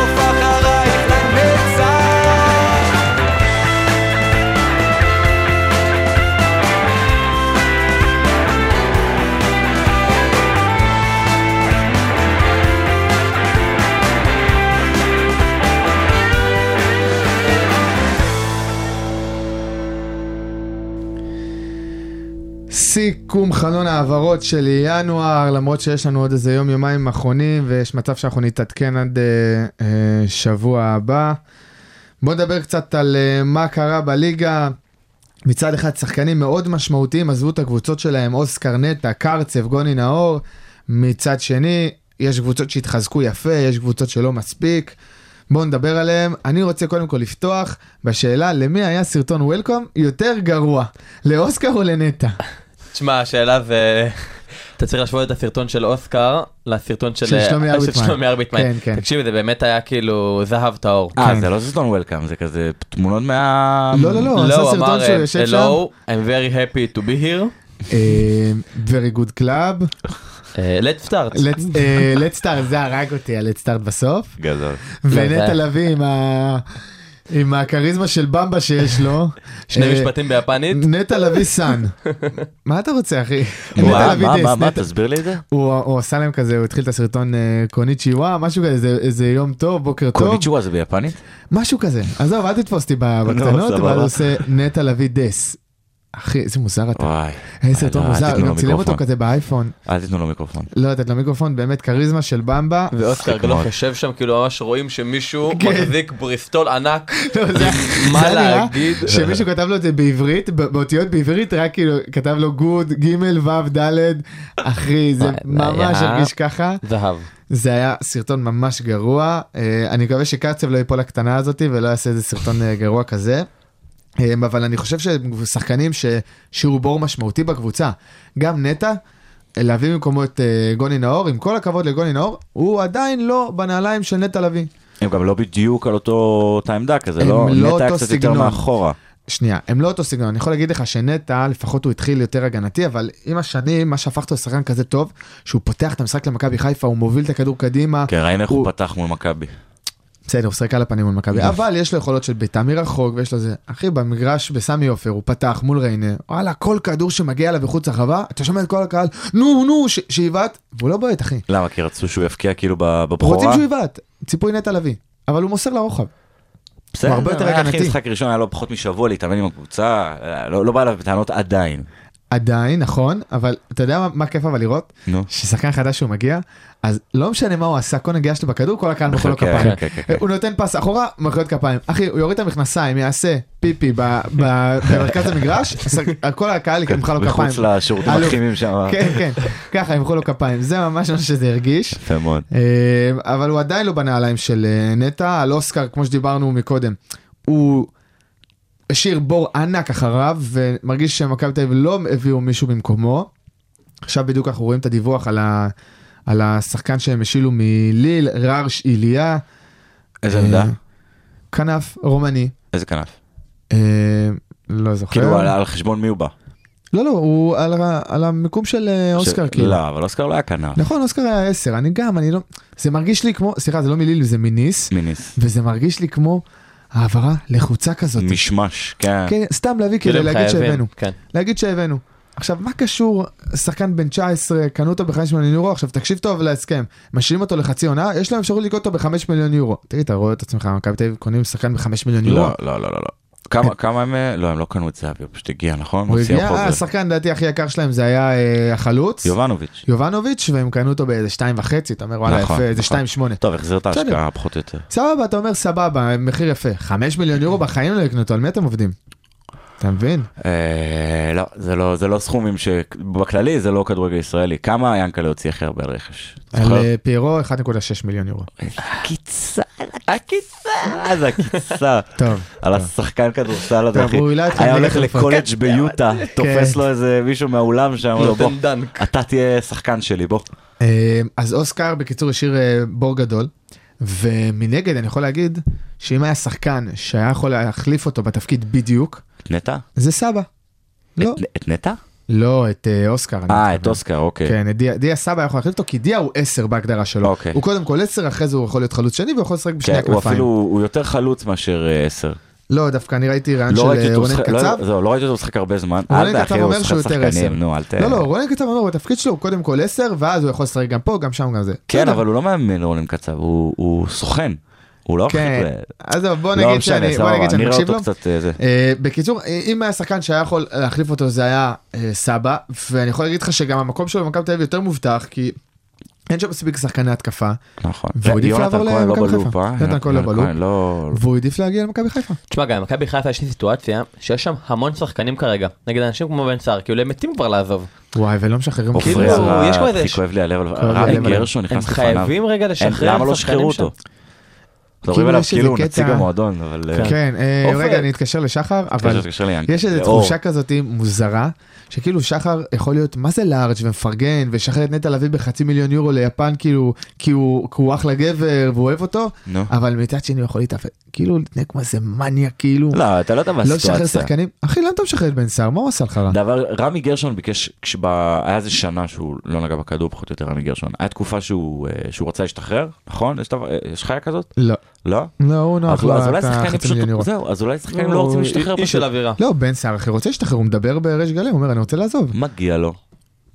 סיכום חלון ההעברות של ינואר, למרות שיש לנו עוד איזה יום-יומיים אחרונים, ויש מצב שאנחנו נתעדכן עד אה, אה, שבוע הבא. בואו נדבר קצת על אה, מה קרה בליגה. מצד אחד, שחקנים מאוד משמעותיים עזבו את הקבוצות שלהם, עוז קרנטה, קרצב, גוני נאור. מצד שני, יש קבוצות שהתחזקו יפה, יש קבוצות שלא מספיק. בואו נדבר עליהם. אני רוצה קודם כל לפתוח בשאלה למי היה סרטון וולקום יותר גרוע, לאוסקר או לנטע? תשמע, השאלה זה... אתה צריך להשוות את הסרטון של אוסקר לסרטון של של שלומי אה, ארביטמן. שלומי ארביטמן. כן, כן. תקשיב, זה באמת היה כאילו זהב טהור. אה, זה לא סרטון וולקאם, זה כזה תמונות מה... לא, לא, לא, הוא עשה לא, הוא סרטון אמר, שהוא יושב שם. hello, I'm very happy to be here. אה, very good club. אה, let's start. Let's- אה, let's start, זה הרג אותי, ה-let's start בסוף. גדול. ונטע זה- לביא עם ה- עם הכריזמה של במבה שיש לו. שני אה, משפטים ביפנית. נטע לביא סאן. מה אתה רוצה, אחי? נטע מה, לביא מה, דייס, מה, מה, נטע- תסביר לי את זה? הוא הוא עשה להם כזה, הוא התחיל את הסרטון אה, קוניצ'י וואה, משהו כזה, איזה- איזה יום טוב, בוקר טוב, קוניצ'ווה זה ביפנית? משהו כזה. עזוב, אל תתפוס אותי ב- בקטנות, סבבה. אבל הוא עושה נטע לביא דס. אחי, איזה מוזר אתה. וואי. איזה סרטון לא, אל מוזר, תיתנו לו גם צילם אותו מיקרופון. כזה באייפון. אל תיתנו לו מיקרופון. לא לתת לו מיקרופון, באמת כריזמה של במבה. ואוסקר מצחיק גלוך מאוד. יושב שם, כאילו ממש רואים שמישהו כן. מחזיק בריסטול ענק. לא, זה- זה מה היה נראה להגיד? שמישהו כתב לו את זה בעברית, ב- באותיות בעברית, רק כאילו כתב לו גוד, ג' ו' ד', אחי, זה וואי, זה ממש היה- הרגיש ככה. זהב. זה היה סרטון ממש גרוע. אה, אני מקווה שקרצב לא ייפול לקטנה הזאת ולא יעשה איזה סרטון אה, גרוע כזה. אה, אבל אני חושב שהם שחקנים שהשאירו בור משמעותי בקבוצה. גם נטע, אה, להביא במקומו את אה, גוני נאור, עם כל הכבוד לגוני נאור, הוא עדיין לא בנעליים של נטע לביא. הם גם לא בדיוק על אותו אותה עמדה כזה, הם לא? לא נטע היה אותו קצת יותר סגנון. מאחורה. שנייה, הם לא אותו סגנון, אני יכול להגיד לך שנטע, לפחות הוא התחיל יותר הגנתי, אבל עם השנים, מה שהפך אותו לשחקן כזה טוב, שהוא פותח את המשחק למכבי חיפה, הוא מוביל את הכדור קדימה, כן, ראינו איך הוא הוא- פתח מול מכבי. בסדר, הוא שחק על הפנים מול מכבי, אבל יש לו יכולות של בעיטה מרחוק, ויש לו זה. אחי, במגרש בסמי עופר, הוא פתח מול ריינה, וואלה, כל כדור שמגיע אליו מחוץ לחווה, אתה שומע את כל הקהל, נו, נו, ש- שיבעט, והוא לא בועט, אחי. למה? כי רצו שהוא יפקיע כאילו ב- רוצים בבכורה? שהוא יבעט, ציפוי נטע לביא, אבל הוא מוסר לרוחב. הוא הרבה יותר היה הכי הגנתי. משחק ראשון היה לו פחות משבוע להתאמן עם הקבוצה, אה, לא לא בא אליו בטענות עדיין. עדיין, נכון, אבל אתה יודע מה, מה כיף אבל לראות? נו. ששחקן חדש שהוא מגיע, אז לא משנה מה הוא עשה, כל נגיעה שלו בכדור, כל הקהל מוחא לו כן, כפיים. כן, כן, כן. הוא נותן פס אחורה, מחיאות כפיים. אחי, הוא יוריד את המכנסיים, יעשה פיפי ב- ב- במרכז המגרש, שח- כל הקהל ימחא לו לא כפיים. כן, מחוץ לשירותים אלוף. הכימיים שם. כן, כן, ככה ימחאו לו כפיים, זה ממש מה שזה הרגיש. יפה מאוד. אה, אבל הוא עדיין לא בנעליים של אה, נטע, על אוסקר, כמו שדיברנו מקודם, הוא השאיר בור ענק אחריו, ומרגיש שמכבי תל אביב לא הביאו מישהו במקומו. עכשיו בדיוק אנחנו רואים את הדיווח על, ה... על השחקן שהם השילו מליל, רארש איליה, איזה אה, עמדה? כנף רומני, איזה כנף? אה, לא זוכר. כאילו על- על חשבון מי הוא בא? לא, לא, הוא על, ה- על המיקום של אה, אוסקר, ש- כאילו. לא, אבל אוסקר לא היה כנף. נכון, אוסקר היה עשר, אני גם, אני לא... זה מרגיש לי כמו, סליחה, זה לא מליל, זה מניס, מיניס. וזה מרגיש לי כמו העברה לחוצה כזאת. משמש, כן. כן, סתם להביא כאילו, כדי הם להגיד חייבים, שהבאנו. כן. להגיד שהבאנו. עכשיו, מה קשור שחקן בן 19, קנו אותו ב-5 מיליון יורו, עכשיו תקשיב טוב להסכם, משאירים אותו לחצי עונה, יש להם אפשרות לקנות אותו ב-5 מיליון יורו. תגיד, אתה רואה את עצמך, מכבי תל אביב קונים שחקן ב-5 מיליון יורו? לא, לא, לא, לא. לא. כמה- כמה הם... אה, לא, הם לא קנו את זהבי, הוא פשוט הגיע, נכון? כן. הוא הוציא הגיע, החוזה. אה, השחקן לדעתי הכי יקר שלהם זה היה אה, החלוץ, יובנוביץ'. יובנוביץ', והם קנו אותו באיזה 2.5, אתה אומר, וואלה, נכון, יפה, איזה נכון. 2.8. טוב, החזיר את בסדר. ההשקעה פחות או יותר. סבבה, אתה אומר סבבה, מחיר יפה. 5 מיליון יורו בחיים לא יקנו אותו, על מי אתם עובדים? אתה מבין? אה, לא, זה לא, זה לא סכומים ש... בכללי זה לא כדורגל ישראלי. כמה ינקלה הוציא הכי הרבה על רכש? על אה, פיירו 1.6 מיליון יורו. אוקיי. הקיצה, הקיצה, איזה הקיצה. טוב, על השחקן כדורסל הזה, טוב, אחי. הוא העלה אתכם היה נגד הולך חיפה. לקולג' ביוטה, כן. תופס לו איזה מישהו מהאולם לא, שם, אומר לו בוא, נותן דנק. אתה תהיה שחקן שלי, בוא. אה, אז אוסקר בקיצור השאיר אה, בור גדול, ומנגד אני יכול להגיד שאם היה שחקן שהיה יכול להחליף אותו בתפקיד בדיוק, את נטע? זה סבא. לא, את- את נטע? לא, את אה, אוסקר. אני אה, את מתכוון. אוסקר, אוקיי. כן, את דיה, דיה סבא יכול להחליף אותו, כי דיה הוא 10 בהגדרה שלו. אוקיי. הוא קודם כל 10, אחרי זה הוא יכול להיות חלוץ שני, והוא יכול לשחק בשני כן, הוא הכנפיים. אפילו, הוא יותר חלוץ מאשר אה, עשר. לא, דווקא אני ראיתי רעיון לא ראיתי של אה, אותו רונן משחק- קצב. אה, לא- זהו, לא ראיתי אותו משחק הרבה זמן. רונן אל קצב תאחי, הוא אומר שהוא משחק יותר עשר. שחקנים, נו, אל ת... לא, לא, רונן קצב אומר, בתפקיד שלו הוא קודם כל 10, ואז הוא יכול לשחק גם פה, גם שם, גם זה. כן, בסדר. אבל הוא לא מאמן רונן קצב, הוא הוא סוכן. הוא לא... כן, אחי, עזוב, בוא לא נגיד משנה, שאני בוא סבבה, נגיד שאני אני רואה מקשיב אותו לו. קצת אה, זה. אה, בקיצור, אה, אם היה שחקן שהיה יכול להחליף אותו זה היה אה, סבא, ואני יכול להגיד לך שגם המקום שלו במכבי תל אביב יותר מובטח, כי אין שם מספיק שחקני התקפה, נכון. והוא העדיף יונתן לעבור כהן לא למכבי בלופ, חיפה. אה? יונתן כהן לא בלופ. כהן לא... והוא העדיף להגיע למכבי חיפה. תשמע, גם במכבי חיפה יש לי סיטואציה שיש שם המון שחקנים כרגע, נגד אנשים כמו בן סער, כאילו הם מתים כבר לעזוב. וואי, ולא משחררים עופרי כאילו. כאילו, עזרא, יש כבר איזה- הכי כואב לי הלב, אבל לי רמי הלב עליו. גרשון הם נכנס לפניו. חייבים רגע לשחרר אין- למה לא שחקנים שחררו שם? אותו? מדברים כאילו עליו יש איזה כאילו הוא נציג קטע- המועדון, אבל... אה, כן, אה, עופר. רגע, אני אתקשר לשחר, אבל תתקשר ליענקל. יש איזו לאור. תחושה כזאת מוזרה, שכאילו שחר יכול להיות, מה זה לארג' ומפרגן, וישחרר את נטע לביא בחצי מיליון יורו ליפן, כאילו, כי הוא, כי הוא אחלה גבר והוא אוהב אותו, נו. אבל מצד שני הוא יכול להתאפק, כאילו להתנהג כמו איזה מניאק, כאילו, לא, אתה לא יודע מה לא לשחרר הסיטואציה. לא. שחקנים. אחי, למה אתה משחרר את בן סער? מה הוא עשה לך רע? דבר, רמי גרשון ביקש, כשבה, היה איזה שנה שהוא לא נגע בכדור פחות או יותר רמי גרשון, היה תקופה שהוא, אה, שהוא רצה להשתחרר, נכון? יש, דבר, אה, יש חיה כזאת? לא. לא? לא, הוא נוח אז, לו, אז אולי את שחקנים החצי פשוט, מיליון יורו. זהו, אז אולי שחקנים לא רוצים להשתחרר איש של פשוט. אווירה. לא, בן סער אחי רוצה להשתחרר, הוא מדבר בריש גלי, הוא אומר, אני רוצה לעזוב. מגיע לו.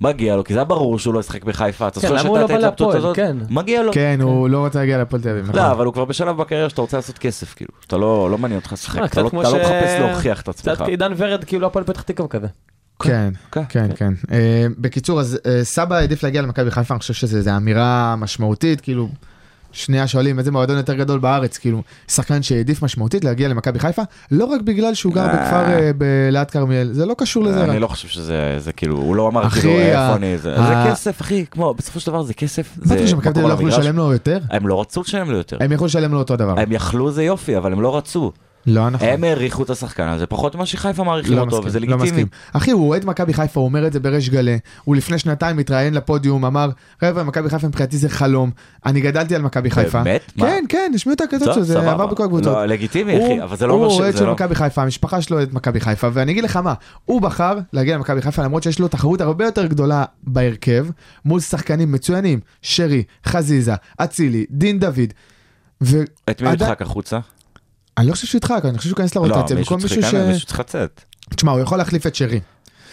מגיע לו, כי זה היה ברור שהוא לא ישחק בחיפה, אתה כן, זוכר למה שהייתה הוא לא את בא ההתלבטות להפועל? הזאת? כן. מגיע לו. כן, הוא לא רוצה להגיע להפועל תל אביב. לא, נכון. אבל הוא כבר בשלב בקריירה שאתה רוצה לעשות כסף, כאילו. אתה לא, לא מעניין אותך לשחק, אה, אתה לא קצת כמו אתה לא ש- מחפש להוכיח את עצמך. קצת עידן ורד כאילו הפועל פתח תקווה כזה. כן, כן, כן, כן. אה, בקיצור, אז אה, סבא העדיף להגיע למכבי חיפה, אני חושב שזו אמירה משמעותית, כאילו, שנייה שואלים איזה מועדון יותר גדול בארץ, כאילו, שחקן שהעדיף משמעותית להגיע למכבי חיפה, לא רק בגלל שהוא גר בכפר אה, ב- ליד כרמיאל, זה לא קשור לזה. רק. אני לא חושב שזה, זה כאילו, הוא לא אמר אחי, כאילו, ה- איפה אני, זה ה- זה כסף, אחי, כמו, בסופו של דבר זה כסף. מה אתה זה חושב, שמכבי תל מקום אביב לא על יכלו המגרש. לשלם לו יותר? הם לא רצו לשלם לו יותר. הם יכלו לשלם לו אותו דבר. הם יכלו זה יופי, אבל הם לא רצו. לא נכון. אה. הם העריכו את השחקן הזה פחות ממה שחיפה מעריכים לא אותו, וזה מסכים, לא לגיטימי. מסכים. אחי, הוא אוהד מכבי חיפה, הוא אומר את זה בריש גלי. הוא לפני שנתיים התראיין לפודיום, אמר, חבר'ה, מכבי חיפה מבחינתי זה חלום. אני גדלתי על מכבי חיפה. באמת? מה? כן, כן, השמיעו את הקטעות טוב, שלו, זה סבבה. עבר בכל הקבוצות. לא, לגיטימי, אחי, הוא- אבל זה לא אומר הוא אוהד שזה של לא... מכבי חיפה, המשפחה שלו אוהדת מכבי חיפה, ואני אגיד לך מה, הוא בחר להגיע למכבי חיפה למרות שיש לו תחרות הרבה יותר גדולה בהרכב, מול שחקנים מצוינים, שרי, חזיזה, אצילי, דין דוד. ו... את מי עדיין- נדחק החוצה? אני לא חושב שהוא ידחק, אני חושב שהוא ייכנס לא, לרוטציה, מישהו במקום צריך מישהו ש... להיכנס, מישהו צריך לצאת. תשמע, הוא יכול להחליף את שרי.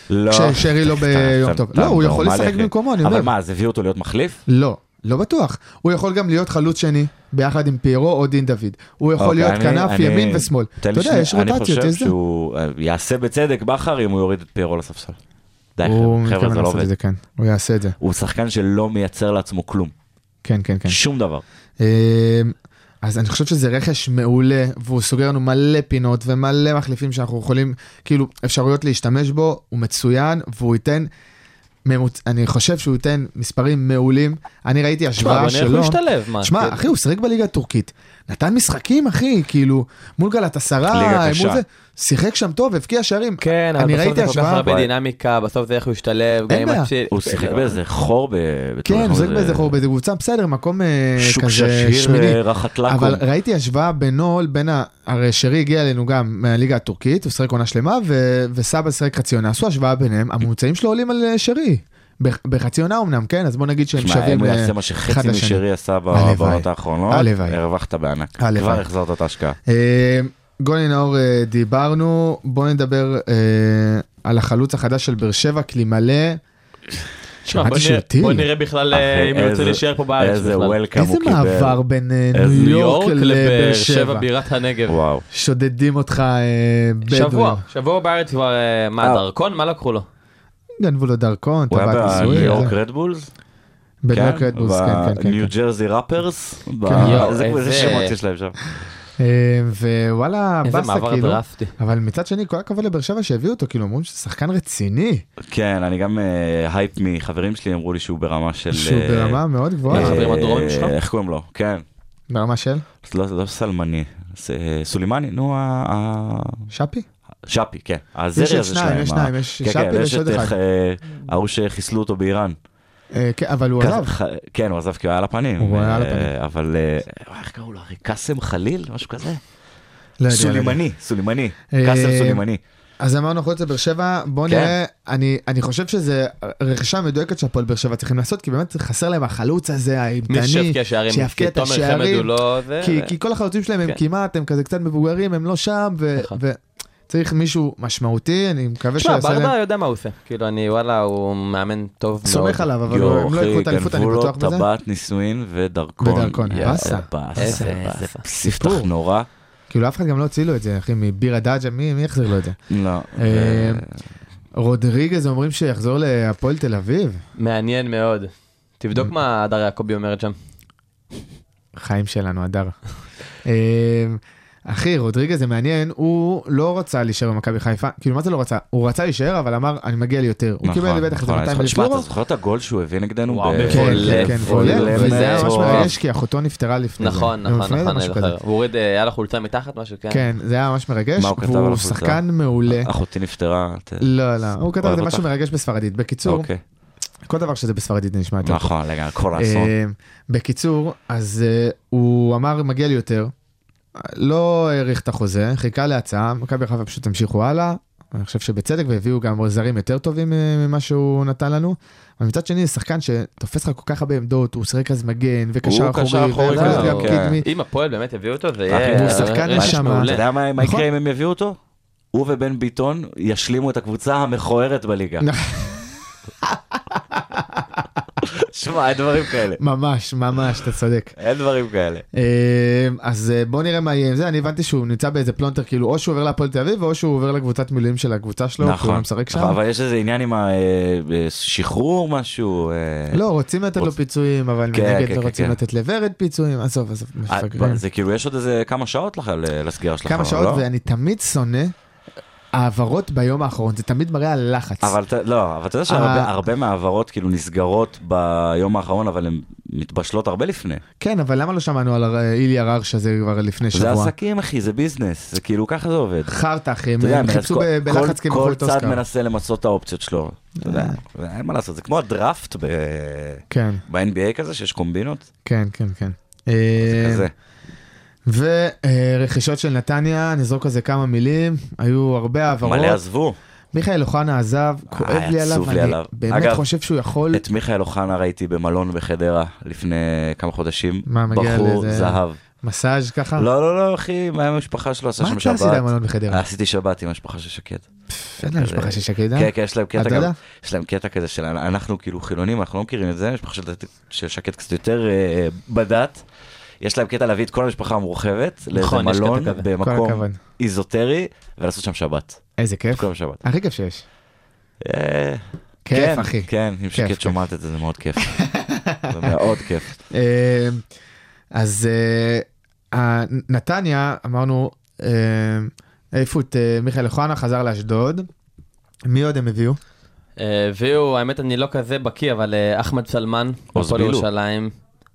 לא. כששרי לא ביום אתה- טוב. אתה לא, הוא יכול נורמלי, לשחק אחי. במקומו, אני אבל אומר. מה, אז הביאו אותו להיות מחליף? לא, לא בטוח. הוא יכול גם להיות חלוץ שני, ביחד עם פיירו או דין דוד. הוא יכול אוקיי, להיות אני- כנף אני- ימין ושמאל. תן אתה לי יודע, שנייה, יש רוטציות, אני יש זה. חושב שהוא אה, יעשה בצדק בכר אם הוא יוריד את פיירו לספסל. די, הוא חבר'ה, מתכוון חבר'ה, זה לא לעשות עובד. את זה, כן. הוא יעשה את זה. הוא שחקן שלא מייצר לעצמו כלום. כן, כן, כן. שום דבר. אמ, אז אני חושב שזה רכש מעולה, והוא סוגר לנו מלא פינות ומלא מחליפים שאנחנו יכולים, כאילו, אפשרויות להשתמש בו, הוא מצוין, והוא ייתן, ממוצ... אני חושב שהוא ייתן מספרים מעולים. אני ראיתי תשמע, השוואה אבל איך שלו. הוא ישתלב? מה? שמע, כן. כאילו, אחי, הוא שיחק בליגה הטורקית, נתן משחקים, אחי, כאילו, מול גלת עשרה, ליגה מול קשה. זה, שיחק שם טוב, הבקיע שערים. כן, אבל אני בסוף ראיתי זה כל כך השוואה. הרבה דינמיקה, בסוף זה איך הוא השתלב. אין גם עם בעיה. הצ'יל- הוא שיחק באיזה חור ב... בתור אה, כן, הוא אחד, זורק אה, באיזה חור, באיזה קבוצה, בסדר, מקום אה, שוק כזה ששיר, שמיני. אה, רחת לקום. אבל ראיתי השוואה בינו, בין ה... הרי שרי הגיע אלינו גם מהליגה הטורקית, הוא שיחק עונה שלמה, ו... וסבא שיחק חצי עונה, עשו השוואה ביניהם, הממוצעים שלו עולים על אה, שרי. בח- בחצי עונה אמנם, כן? אז בוא נגיד שהם תשמע, שווים אם הוא אה, יעשה מה אחד שחצי לשני. משרי עשה הלוואי. בעונות האחרונות, הלוואי. הרווחת בענק. הלוואי. כבר החזרת את ההשקעה. אה, גולי נאור אה, דיברנו, בוא נדבר אה, על החלוץ החדש של באר שבע, קלימלה. תשמע, שמעתי בוא נראה- שרטיל. בוא נראה בכלל אה, אם הוא ירצה איזה- להישאר פה בארץ איזה בכלל. וולקאם הוא איזה קיבל. מעבר בין אה, איזה ניו ניו יורק לבאר שבע. בירת הנגב. וואו. שודדים אותך אה, בדואים. שבוע, שבוע בארץ כבר, אה, מה, אה. דרכון? מה לקחו לו? גנבו לו דרכון, הוא היה טבעת בניו נישואים. יורק זה. רדבולס? בניו יורק רדבולס, כן, כן, כן. בניו ג'רזי ראפרס? ב- יואו, איזה איזה- איזה שמות יש להם שם. אה, ווואלה, איזה באסה מעבר כאילו. דרפטי. אבל מצד שני, כל הכבוד לבאר שבע שהביאו אותו, כאילו, אומרים שזה שחקן רציני, כן, אני גם אה, הייפ מחברים שלי אמרו לי שהוא ברמה של... שהוא אה, ברמה מאוד גבוהה, אה, החברים הדרומיים שלך? איך קוראים לו? כן. ברמה של לא לא סלמני. ס- אה, סולימני, נו, ה- ה- שפי. שפי, כן. הזרי עוד הזה שניים, שלהם. יש ה- שניים, יש כן, כן, שפי ויש ויש עוד את, אחד. אה, ההוא שחיסלו אותו באיראן. אה, כן, אבל הוא עזב. כזה- ח- כן, הוא עזב כי הוא היה על הפנים. הוא היה על אה, הפנים. אבל אה, איך קראו לו? הרי קאסם חליל? משהו כזה? לא יודע, לא יודע. סולימני, סולימני. אה, קאסם סולימני. אז אמרנו חוץ לבאר שבע, בוא כן. נראה, אני אני חושב שזה רכישה מדויקת שהפועל באר שבע צריכים לעשות, כי באמת חסר להם החלוץ הזה, האימתני, מי שיבקיע שערים, שיבקיע כי את תומר חמד הוא השערים, לא... זה- כי- כי כל החלוצים שלהם הם כן. כמעט, הם כזה קצת מבוגרים, הם לא שם, ו- נכון. ו- צריך מישהו משמעותי, אני מקווה תשמע, שיעשה להם, ברדה יודע מה הוא עושה. כאילו, אני, וואלה, הוא מאמן טוב מאוד. סומך עליו, אבל יואו, הם לא אחי, יקחו את האליפות, אני גנבו לו בטוח בזה. טבעת נישואין ודרכון. ודרכון, יאללה, באסה. באסה, איזה איזה באסה. ספתח נורא. כאילו אף אחד גם לא הוציא לו את זה, אחי, מבירה דאג'ה, מי מי יחזיר לו את זה? לא. אה, ו- רודריגז אומרים שיחזור להפועל תל אביב? מעניין מאוד. תבדוק מה הדר יעקבי אומרת שם. חיים שלנו, הדר. (laughs) אה, אחי, רודריגז זה מעניין, הוא לא רצה להישאר במכבי חיפה, כאילו מה זה לא רצה? הוא רצה להישאר, אבל אמר, אני מגיע לי יותר. הוא נכון, קיבל לי בטח איזה נכון, 200 אני זוכר- אלף תשמע, יורו. אתה זוכר את הגול שהוא הביא נגדנו? וואו, ב- כן, כן, עולה, כן, כן, ועולה, עולה וזה היה כן, ממש מטורף. מרגש, כי אחותו נפטרה לפני זה. נכון, יום נכון, לפני זה, נכון, אני משהו כזה. זוכר. הוא הוריד, אה, היה לו חולצה מתחת, משהו כן. כן, זה היה ממש מרגש, מה הוא כתב על והוא החולצה? שחקן מעולה. אחותי נפטרה. ת- לא, לא, הוא כתב אה, אוהב איזה משהו אותך. מרגש בספרדית. בקיצור, אוקיי. כל דבר שזה בספרדית זה נשמע יותר טוב. נכון, לגמרי, כל האסון. אה, בקיצור, אז אה, הוא אמר מגיע לי יותר, לא האריך את החוזה, חיכה להצעה, מכבי חיפה פשוט המשיכו הלאה, אני חושב שבצדק, והביאו גם זרים יותר טובים אה, ממה שהוא נתן לנו. אבל מצד שני, זה שחקן שתופס לך כל כך הרבה עמדות, הוא שיחק אז מגן, וקשר הוא קשר אחורי, אחורי לא. ויכול להיות כזה, גם אוקיי. כן. קדמי. אם הפועל באמת יביאו אותו, זה אחי, יהיה... הוא אה, שחקן ממש נשמה. אה, מעולה. אתה יודע מה מה נכון. יקרה אם הם יביאו אותו? הוא ובן ביטון ישלימו את הקבוצה המכוערת בליגה. נכון. (laughs) שמע, אין דברים כאלה. ממש, ממש, אתה צודק. אין דברים כאלה. אה, אז אה, בוא נראה מה יהיה עם זה, אני הבנתי שהוא נמצא באיזה פלונטר, כאילו או שהוא עובר להפועל תל אביב או שהוא עובר לקבוצת מילואים של הקבוצה שלו, כי הוא לא משחק שם. נכון, אבל יש איזה עניין עם השחרור משהו. אה, לא, רוצים לתת לו רוצ- פיצויים, אבל כן, מנגד כן, לא כן, רוצים כן. לתת לוורד פיצויים, עזוב, עזוב, אה, מפגרים. זה כאילו יש עוד איזה כמה שעות לך ל- לסגירה שלך. כמה לא? שעות, ואני תמיד שונא העברות ביום האחרון, זה תמיד מראה על לחץ. אבל אתה- לא, אבל אתה יודע אה. שהרבה הרבה מההעברות כאילו נסגרות ביום האחרון, אבל הן מתבשלות הרבה לפני. כן, אבל למה לא שמענו על הר- אילי הרר שזה כבר לפני זה שבוע? עסקים אחי, זה ביזנס, זה כאילו ככה זה עובד. חרטא, אחי, הם אתה יודע, הם מנס- חיפשו כל- ב- בלחץ כאילו כל- כמו כל יכולת צד אוסקר. מנסה למצות את האופציות שלו. אתה יודע, אה. אין מה לעשות, זה כמו הדראפט ב- כן, ב-NBA כזה, שיש קומבינות. כן, כן, כן. אה, כזה. ורכישות של נתניה, נזרוק על זה כמה מילים, היו הרבה העברות. מלא עזבו. מיכאל אוחנה עזב, כואב לי עליו, עצוב לי אני עליו. באמת אגב, חושב שהוא יכול... את מיכאל אוחנה ראיתי במלון בחדרה לפני כמה חודשים. מה, מגיע בחור לאיזה- זהב. מסאז' ככה? לא, לא, לא, אחי, מה עם המשפחה שלו עשה מה שם אתה שבת? אה, עשית במלון בחדרה? עשיתי שבת עם המשפחה של שקד. אין להם משפחה של שקדה? כן, כן, יש להם קטע גם, הדודה? יש להם קטע כזה של אנחנו כאילו חילונים, אנחנו לא מכירים את זה, המשפחה של- של שקד קצת יותר אה, בדת. יש להם קטע להביא את כל המשפחה המורחבת לאיזה נכון, יש קטע מלון כזה. כל במקום הכבוד. איזוטרי ולעשות שם שבת. איזה כיף. כל שבת. הכי כיף שיש. אה, כיף, כן, אחי. כן, אם כיף. שקד שומעת את זה זה מאוד כיף. זה מאוד כיף. אה, אז אה, ה- נתניה, אמרנו, אה, העיפו את אה, מיכאל אוחנה, חזר לאשדוד. מי עוד הם הביאו? אה, הביאו, האמת אני לא כזה בקיא, אבל אה, אחמד סלמן, עוז הפועל בילו. ירושלים.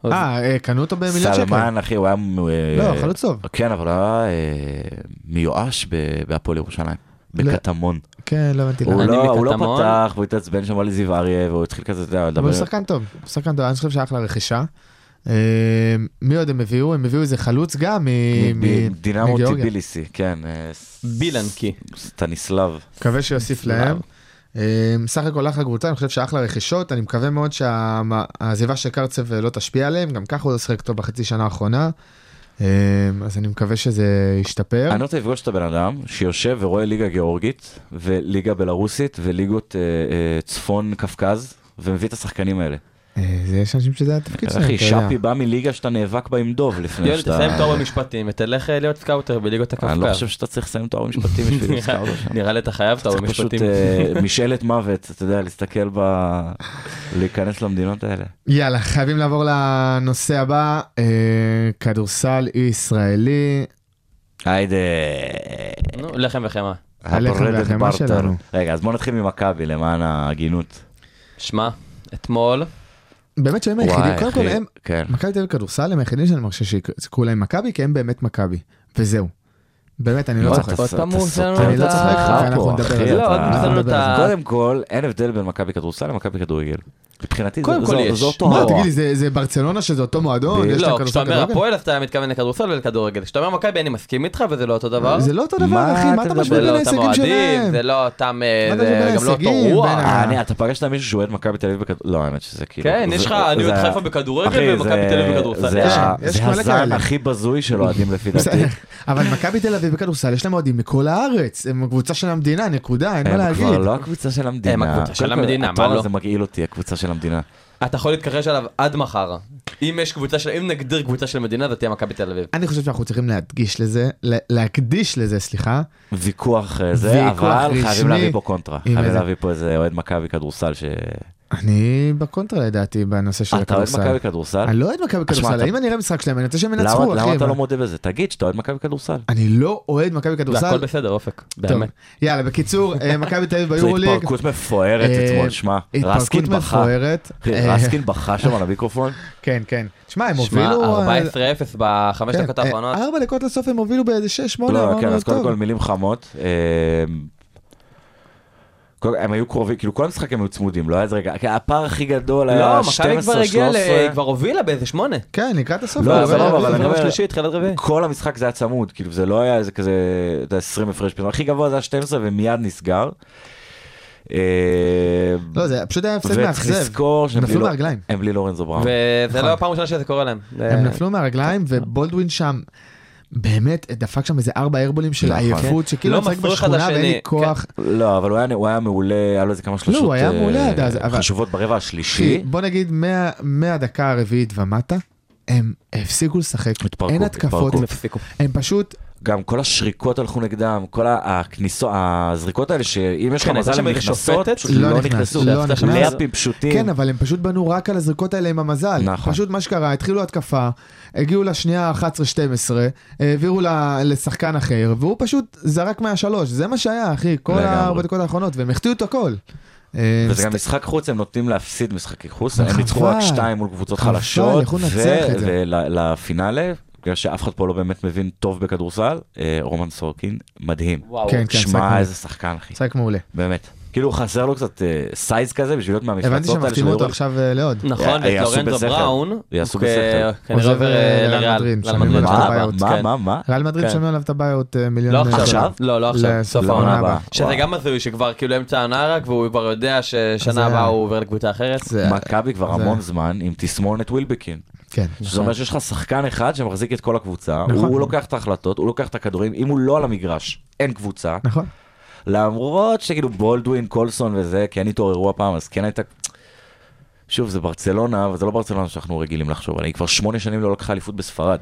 אז- אה, אה, קנו אותו במיליון שקל. סלמן, אחי, הוא היה... מ- לא, אה, חלוץ טוב. כן, אבל הוא היה אה, מיואש ב- בהפועל ירושלים. לא. בקטמון. כן, לא הבנתי הוא למה. אני לא הוא לא מקטמון. פתח, והוא התעצבן שם על זיו אריה, והוא התחיל כזה, אתה יודע, אבל לדבר... הוא שחקן טוב, הוא שחקן טוב, אני חושב שהיה אחלה רכישה. אה, מי עוד הם הביאו? הם הביאו איזה חלוץ גם מ- מ- דינמו מגיאורגיה. טיביליסי, כן, אה, ס- בילנקי. סטניסלב. מקווה שיוסיף להם. אה, סך הכל אחלה קבוצה, אני חושב שאחלה רכישות, אני מקווה מאוד שהעזיבה של קרצב לא תשפיע עליהם, גם ככה הוא לא שיחק טוב בחצי שנה האחרונה, אה, אז אני מקווה שזה ישתפר. אני לא- רוצה לפגוש את הבן אדם שיושב ורואה ליגה גיאורגית, וליגה בלרוסית, וליגות אה, אה, צפון קפקז, ומביא את השחקנים האלה. אה, זה- יש אנשים שזה התפקיד שלהם, אחי, אתה יודע. שפי בא מליגה שאתה נאבק בה עם דוב לפני יוני, שאתה... תסיים תואר במשפטים ותלך אה, להיות סקאוטר בליגת הקפקא. אני לא חושב שאתה צריך לסיים תואר משפטים (laughs) בשביל לזכר אותו שם. נראה לי אתה חייב תואר צריך פשוט במשפטים. אה, משאלת מוות, אתה יודע, להסתכל ב... להיכנס למדינות האלה. יאללה, חייבים לעבור לנושא הבא, אה, כדורסל ישראלי, היידה. (laughs) נו, לחם וחמאה. הלחם הפורדת והחמאה ברטר. שלנו. רגע, אז בוא נתחיל ממכבי למען ההגינות. שמע, אתמול, באמת שהם היחידים, קודם כל הם, כן. מכבי תל אביב כדורסל הם היחידים שאני מרשה שיקראו להם מכבי כי הם באמת מכבי וזהו. באמת אני לא וואי, צוחק. אתה- עוד פעם אתה הוא סותר עושה לנו את אני לא צוחק, עצמך חכה, אנחנו פה, נדבר אחי, על זה. לא, עוד אתה- פעם נדבר את ה- קודם כל, אין הבדל בין מכבי כדורסל למכבי כדורגל. מבחינתי קודם זה- כל זה- יש. זה אותו מה הרוע. תגיד לי זה- זה ברצלונה שזה אותו מועדון? יש להם לא, כדורסל כשאתה אומר כדורגל? הפועל אז אתה מתכוון לכדורסל ולכדורגל. כשאתה אומר מכבי אני מסכים איתך וזה לא אותו דבר. זה לא אותו דבר מה אחי, מה אתה אתה מדבר? משווה זה בין לא אותם ההישגים אוהדים, שלהם? זה לא אותם, אה, מה אתה זה מדבר גם לא אותו הישגים? רוח. בין ה- אה, אני- אתה פגשת מישהו שאוהד מכבי תל אביב בכדורגל? לא, האמת שזה כאילו... כן, זה- יש לך, אני זה- אוהד חיפה בכדורגל אחי, ומכבי זה- תל אביב בכדורסל. זה יש. ה- יש זה מלא הזן כאלה. הכי בזוי (laughs) של אוהדים לפי דעתי. (laughs) בסדר, אבל מכבי תל אביב בכדורסל יש להם אוהדים מכל הארץ, הם קבוצה של המדינה, נקודה, אין מה הם להגיד. כבר לא הקבוצה של המדינה. הם הקבוצה של קודם כל, המדינה, מה התואר לא? הזה מגעיל אותי, הקבוצה של המדינה. אתה יכול להתכחש עליו עד מחר. אם יש קבוצה של, אם נגדיר קבוצה של מדינה, זאת תהיה מכבי תל אביב. אני חושב שאנחנו צריכים להדגיש לזה, לה- להקדיש לזה, סליחה, ויכוח אה, זה, ויכוח אבל רשמי. חייבים להביא פה קונטרה. עם חייבים איזה- להביא פה איזה אוהד מכבי כדורסל ש... אה, אני בקונטרה לדעתי בנושא של אתה אוהד הכדורסל. מכבי כדורסל? אני לא אוהד מכבי שמע, כדורסל, אתה- אם אני אראה משחק שלהם אני רוצה שהם למה- ינצחו, למה אחי. אתה אבל- לא מודה בזה? תגיד שאתה אוהד מכבי כדורסל. אני לא אוהד מכבי כדורסל. והכל בסדר, אופק. טוב, באמת. יאללה, בקיצור, אה, מכבי תל אביב זו ביורוליג. התפרקות מפוארת אה, אתמול, שמע. התפרקות רסקין בכה. מפוארת. אחי, אה, רסקין בכה שם על המיקרופון. כן, כן. שמע, הם שמע, הובילו... אה, 14-0 בחמש כן, דקות אה, האחרונות. ארבע דקות לסוף הם הובילו באיזה שש, שמונה, לא, כן, אמרנו, אז קודם טוב. כל מילים חמות. אה, כל- הם היו קרובים, כאילו כל המשחק הם היו צמודים, לא היה איזה רגע, כי הפער הכי אה, גדול היה לא, מכבי כבר הגיעה, ל- היא 12-13. כבר הובילה באיזה שמונה. כן, לקראת הסוף. לא, אבל- סבבה, אבל זה אני רבע אומר- שלישי, תחילת רביעי. כל המשחק זה היה צמוד, כאילו זה לא היה איזה כזה, אתה יודע, 20 הפרש, פתאום. הכי גבוה זה היה 12 ומיד נסגר. אה, לא, זה פשוט היה הפסד וצריך מאכזב. לזכור שהם לא- בלי נפלו לור- מהרגליים. הם בלי לורנזו בראון. וזה נכון. לא הפעם הראשונה שזה קורה להם. אה. הם נפלו מהרגליים, ובולדווין שם, באמת, דפק שם איזה ארבע איירבולים של נכון. עייפות, לא שכאילו הוא משחק מסרו אחד בשכונה ואין לי לשני. כוח. לא, אבל הוא היה- הוא היה מעולה, היה לו איזה כמה שלושות לא, הוא היה אה, מעולה עד אז, אבל- חשובות ברבע השלישי. כי בוא נגיד מה- מהדקה הרביעית ומטה, הם הפסיקו לשחק, התפרקו, אין התקפות, התפרקו. הם הפסיקו. הם פשוט, גם כל השריקות הלכו נגדם, כל ה- הכניסות, הזריקות האלה, שאם יש לך כן, הייתה מזל שם הן איזה נכנסות, שופטת? פשוט לא לא נכנס, נכנסו. לא נכנס. לאפים פשוטים. כן, אבל הם פשוט בנו רק על הזריקות האלה עם המזל. נכון. פשוט מה שקרה, התחילו התקפה, הגיעו לשנייה 11-12, העבירו ל- לשחקן אחר, והוא פשוט זרק מהשלוש, זה מה שהיה, אחי, כל לגמרי. הארבע דקות האחרונות, והם החטיאו את הכל. אה, וזה גם משחק חוץ, הם נוטים להפסיד משחקי חוץ, אבל הם ניצחו חבל. רק שתיים מול קבוצות חבל, חלשות, יכלו לנצח את זה. ולפינאלה, בגלל שאף אחד פה לא באמת מבין טוב בכדורסל, אה, רומן סורקין מדהים. וואו. כן, כן, שחק שמע מעולה. איזה שחקן אחי, משחק מעולה. באמת. כאילו חסר לו קצת אה, סייז כזה בשביל להיות הבנתי מהמפלצות שהם האלה של החתימו אותו היורוליג. עכשיו אה, לעוד. נכון, ואת יעשו לורנזו בשכל. בראון, יעשו הוא כ- בשכל. כנראה עוזב, אה, עובר לריאל, לריאל מדריד, לריאל שמים מדריד, עליו שנה את הבאה. הבעיות. מה, כן. מה, מה? ריאל מדריד כן. משלמים עליו את הבעיות אה, מיליון לא אה, עכשיו, עכשיו? לא, לא עכשיו, לסוף סוף העונה העונה הבאה. הבאה. שזה וואו. גם הזוי שכבר כאילו אמצע העונה רק, והוא כבר יודע זה- ששנה הבאה הוא עובר לקבוצה אחרת. זה- מכבי כבר זה- המון זמן עם תסמונת ווילבקין. כן. שזה אומר שיש לך שחקן אחד שמחזיק את כל הקבוצה, נכון. הוא הוא לוקח את ההחלטות, הוא לוקח את הכדורים, אם הוא לא על המגרש, אין קבוצה. נכון. למרות שכאילו בולדווין, קולסון וזה, כן התעוררו הפעם, אז כן הייתה... שוב, זה ברצלונה, אבל זה לא ברצלונה שאנחנו רגילים לחשוב עליה. היא כבר שמונה שנים לא לקחה אליפות בספרד.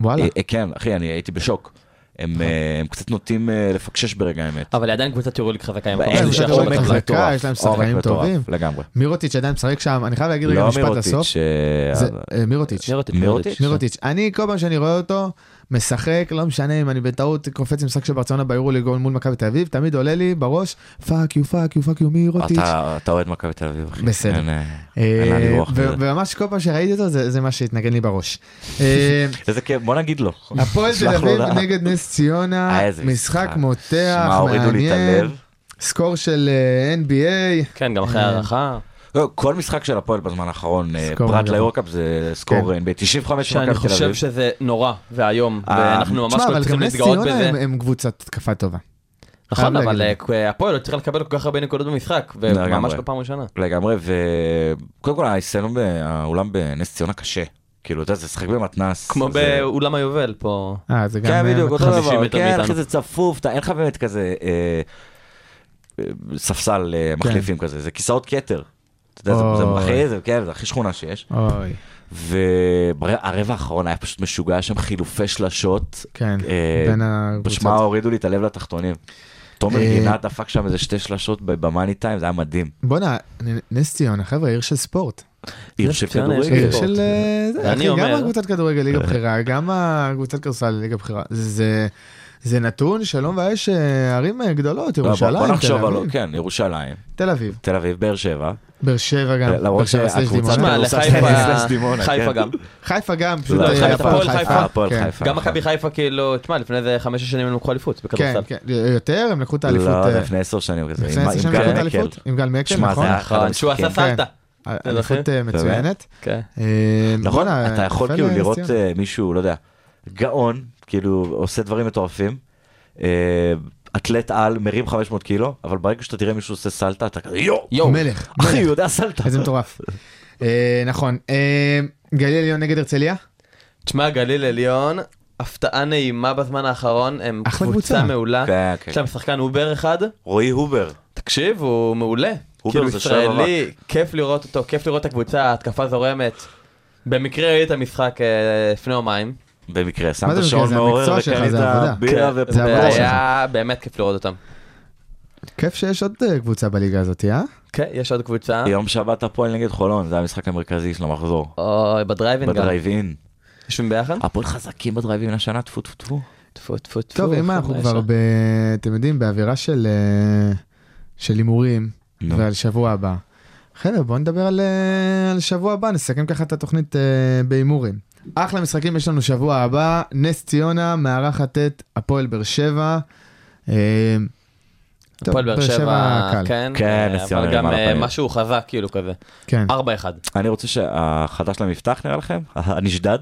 וואלה. אה, אה, כן, אחי, אני הייתי בשוק. נכון. הם אה, הם קצת נוטים אה, לפקשש ברגע האמת. אבל היא עדיין קבוצת יורוליג חזקה עם אין הפועל. לי שיכול שערות להיות. חזקה, יש להם שחקנים טובים. לגמרי. מירוטיץ' עדיין משחק שם, אני חייב להגיד רגע לא משפט לסוף. מירוטיץ'. אה, זה- אה, מירוטיץ'. מירוטיץ'. מירוטיץ'. מירוטיץ', אני כל פעם שאני רואה אותו, משחק, לא משנה אם אני בטעות קופץ עם שק של ברצלונה ביורוליג או מול מכבי תל אביב, תמיד עולה לי בראש, פאק יו, פאק יו, פאק יו, מירוטיץ'. אתה אתה אוהד מכבי תל אביב, אחי. בסדר. אין, אה, אין על אה, לי רוח ו- מזה. וממש כל פעם שראיתי אותו זה זה מה שהתנגן לי בראש. (laughs) אה, איזה כיף, בוא נגיד לו. הפועל תל שלח לו אביב הודעה. נגד נס ציונה, אה, איזה משחק מותח, שמע, הורידו לי את מעניין, הלב. סקור של אה, NBA, כן, גם אחרי אה. הערכה. לא, כל משחק של הפועל בזמן האחרון, אה, סקור פרט גדול. ליורקאפ זה סקור אה, כן. NBA, 95 שאני מכבי תל חושב אביב. שזה נורא ואיום, אה, ואנחנו ממש תשמע, לא אבל צריכים גם נס להתגאות ציונה בזה. הם- הם קבוצת התקפה טובה. נכון, חייב אבל להגיד. אה, הפועל לא צריכה לקבל כל כך הרבה נקודות במשחק, וממש לגמרי. לא פעם ראשונה. לגמרי, וקודם כל האיסטדיון ב- האולם בנס ציונה קשה. כאילו, אתה יודע, זה שחק במתנס. כמו זה- באולם היובל פה. אה, זה גם... כן, אה, בדיוק, מכבי. אותו 50 דבר. מטר כן, מאיתנו. אחי, זה צפוף, אתה- אין לך באמת כזה אה, אה, ספסל אה, מחליפים כזה, זה כיסאות כתר. אתה יודע, זה- זה כן. אוי. אחי, זה כן, זה הכי שכונה שיש. אוי, והרבע האחרון היה פשוט משוגע, היה שם חילופי שלשות. כן, אה, בין הקבוצות. בשמע הורידו לי את הלב לתחתונים. תומר אה, גינת דפק שם איזה שתי שלשות ב- במאני טיים, זה היה מדהים. בואנה, נ- נס ציונה, חבר'ה, עיר של ספורט. עיר נס של ציונה יש כדורגל. עיר ספורט. של... אה, זה, אני אחי, גם אומר- הקבוצת כדורגל אה. ליגה בכירה, גם הקבוצת כדורסל ליגה בכירה. זה- זה נתון שלא מבייש אה, ערים אה, גדולות, לא, בוא- ירושלים, בוא תל נחשוב על... אביב. כן, ירושלים, תל אביב, תל אביב, באר שבע. באר שבע גם, באר למרות שבע סלש שהקבוצה דימונה. שמע, כדורסל לחיפה- סלש דימונה, חיפה כן. גם. חיפה גם, פשוט לא, אה, חיפה, הפועל חיפה. הפועל כן. חיפה. גם מכבי חיפה כאילו, תשמע, לפני איזה חמש שנים הם לקחו אליפות כן, בכדורסל. כן, יותר, הם לקחו את האליפות. לא, אה, לפני עשר שנים כזה, לפני עם- עשר עם שנים גל לקחו את מקל. האליפות? עם גל מקל, שמע, זה נכון? היה אחד נכון, שהוא המשחקים. עשה כן, סלטה. אליפות אה, מצוינת. כן. אה, נכון, בואנה, אתה יכול יפה כאילו לנס לראות ציונה. אה, מישהו, לא יודע, גאון, כאילו עושה דברים מטורפים, אה, אתלט על, מרים 500 קילו, אבל ברגע שאתה תראה מישהו עושה סלטה, אתה כזה יואו, יואו. מלך, אחי, מלך. הוא יודע סלטה. (laughs) איזה מטורף. אה, נכון, אה, גליל עליון נגד הרצליה? תשמע, גליל עליון, הפתעה נעימה בזמן האחרון, הם אחלה קבוצה קבוצה. מעולה. כן, כן. יש להם שחקן אובר אחד, רועי הובר, תקשיב, הוא מעולה. אובר כאילו זה שער ישראלי, כיף לראות אותו, כיף לראות את הקבוצה, ההתקפה זורמת. במקרה ראיתי את המשחק אה, לפני יומיים. במקרה, מה שמת זה שעון במקרה? זה מעורר המקצוע שלך, זה עבודה. וקנית בירה כן, זה ופופקורן. עבודה שלך. והיה באמת כיף לראות אותם. כיף שיש עוד אה, קבוצה בליגה הזאת, אה? כן, יש עוד קבוצה. יום שבת הפועל נגד חולון, זה המשחק המרכזי של המחזור. אוי, בדרייבין גם. בדרייב אין. יושבים ביחד? אה. הפועל חזקים בדרייב אין השנה, טפו טפו טפו. טפו טפו טפו. טוב, אם אנחנו חבר'ה, כבר, יש- ב... אתם יודעים, באווירה של אה, של הימורים נו. ועל שבוע הבא. חבר'ה, בואו נדבר על, אה, על שבוע הבא, נסכם ככה את התוכנית אה, בהימורים. אחלה משחקים יש לנו שבוע הבא, נס ציונה מארחת את הפועל באר שבע. אה, טוב, הפועל באר שבע, קל. כן, כן, אה, נס ציונה אבל גם למעלה אה, פעמים. משהו חזק כאילו כזה, כן. 4-1. אני רוצה שהחדש להם יפתח נראה לכם, הנשדד,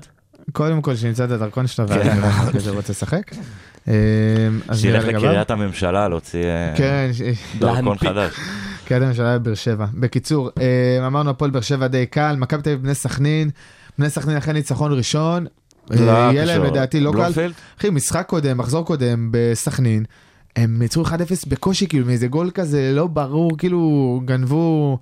קודם כל שנמצא את הדרכון שלו ואז כן. נראה כזה רוצה לשחק. אה, אז נראה שילך לגביו. לקריית הממשלה להוציא אה, כן, ש- דרכון להנפיק. אה, חדש. קריית הממשלה בבאר שבע. בקיצור, אה, אמרנו הפועל באר שבע די קל, מכבי תל אביב בני סכנין, בני סכנין אחרי ניצחון ראשון, אה, יהיה להם קשור. לדעתי לא קל. לא, בלומפילד? אחי, משחק קודם, מחזור קודם בסכנין, הם יצאו 1-0 בקושי, כאילו מאיזה גול כזה לא ברור, כאילו גנבו,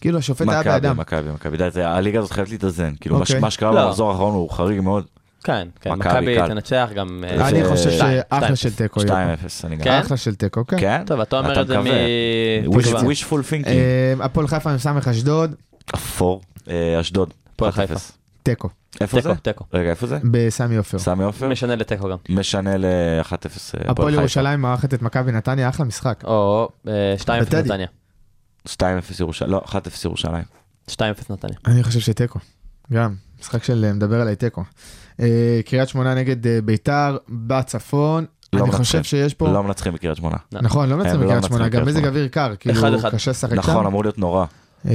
כאילו השופט היה מכבי, באדם. מכבי, מכבי, די, זה- הליגה הזאת חייבת להתאזן, כאילו מה ש- אוקיי. מה שקרה לא. במחזור האחרון הוא חריג מאוד, כן, כן, מכבי, מכבי קל. תנצח גם... אה, אני זה- חושב שתיים, שאחלה שתיים. של תיקו, 2-0 יהיה אני פה. גם. כן? אחלה של תיקו, כן. כן? טוב, אתה אומר את זה מ... מקווה. תקווה. wish- wishful thinking, אה, הפועל חיפה מ"ס אשדוד, אפור, אה, אשדוד, הפועל 1-0. חיפה. תיקו, איפה זה? תיקו, תיקו. רגע, איפה זה? בסמי עופר. סמי עופר? משנה לתיקו גם. משנה אה, ל-1-0 הפועל ירושלים מארחת את מכבי נתניה, אחלה משחק. או אה, 2-0 בטדי. נתניה. 2-0 ירושלים, לא, 1-0 ירושלים. 2-0 נתניה. אני חושב שתיקו, גם, משחק של אה, מדבר עליי תיקו. אה, קריית שמונה נגד אה, ביתר בצפון, לא אני מנצחים. חושב שיש פה, לא מנצחים בקריית שמונה. נכון, לא מנצחים לא בקריית מנצחים שמונה, גם בקריית מזג שמונה. אוויר קר, כאילו אחד, אחד. קשה לשחק שם. נכון, אמור להיות נורא. אה,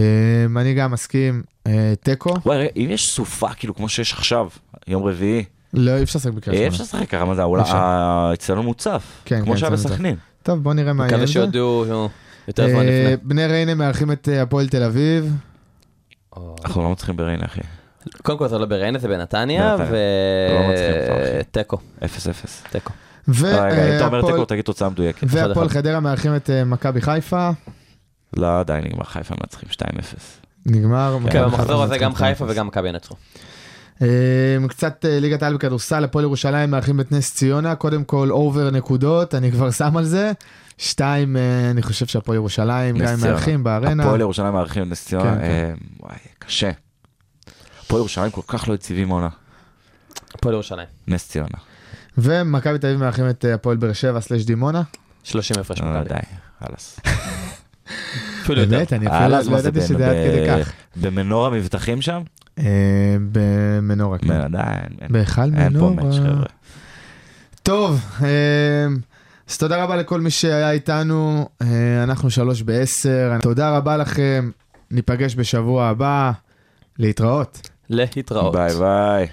אני גם מסכים, אה, תיקו, וואי, רגע, אם יש סופה, כאילו, כמו שיש עכשיו, יום רביעי, לא, אי אפשר לשחק אי בקריית אה, אפשר שמונה. לשחק ככה, מה זה, האולם- אפשר. האצטדיון מוצף. כן, כן, כמו שהיה האצטדיון מוצף. בסכנין. טוב, בוא נראה מה יהיה. עם מקווה זה. שיודעו נו, יותר זמן אה, לפני. בני ריינה מארחים את אה, הפועל תל אביב, או. אה, אנחנו לא מצליחים בריינה, אחי. קודם כל זה לא בריינה, זה בנתניה, בנתניה. ו... לא מצחיק אותך, אחי. תיקו, 0-0. תיקו. רגע, אם אתה אומר והפועל- תיקו, כן, תגיד תוצאה מדויקת. אה, והפועל אחד. חדרה מארחים את אה, מכבי חיפה, לא, עדיין נגמר חיפה מנצחים 2-0. נגמר. מכבי כן, חיפה במחזור הזה מנצחת גם את חיפה מכבי. וגם מכבי ינצחו. אמ, קצת אה, ליגת העל בכדורסל, הפועל ירושלים מארחים את נס ציונה, קודם כל אובר נקודות, אני כבר שם על זה. שתיים, אה, אני חושב שהפועל ירושלים, נס גם אם ציונה. מארחים בארנה. הפועל ירושלים מארחים את נס ציונה, כן, כן. אה, וואי, קשה. הפועל ירושלים כל כך לא יציבים העונה. הפועל ירושלים. נס ציונה. ומכבי תל אביב מארחים את אה, הפועל באר שבע סלש דימונה. 30 הפרש אה, מכבי. די, חלאס. אפילו יותר. באמת, אני חלאס, אפילו לא אה, מה זה ידעתי ב- שזה עד ב- כדי כך. במנור המבטחים שם? אה, במנורה, כן. די, אין- אין- בהיכל אין פה מנורה. מאץ' חבר'ה. טוב, אה, אז תודה רבה לכל מי שהיה איתנו, אה, אנחנו שלוש בעשר, תודה רבה לכם, ניפגש בשבוע הבא, להתראות. להתראות. ביי ביי.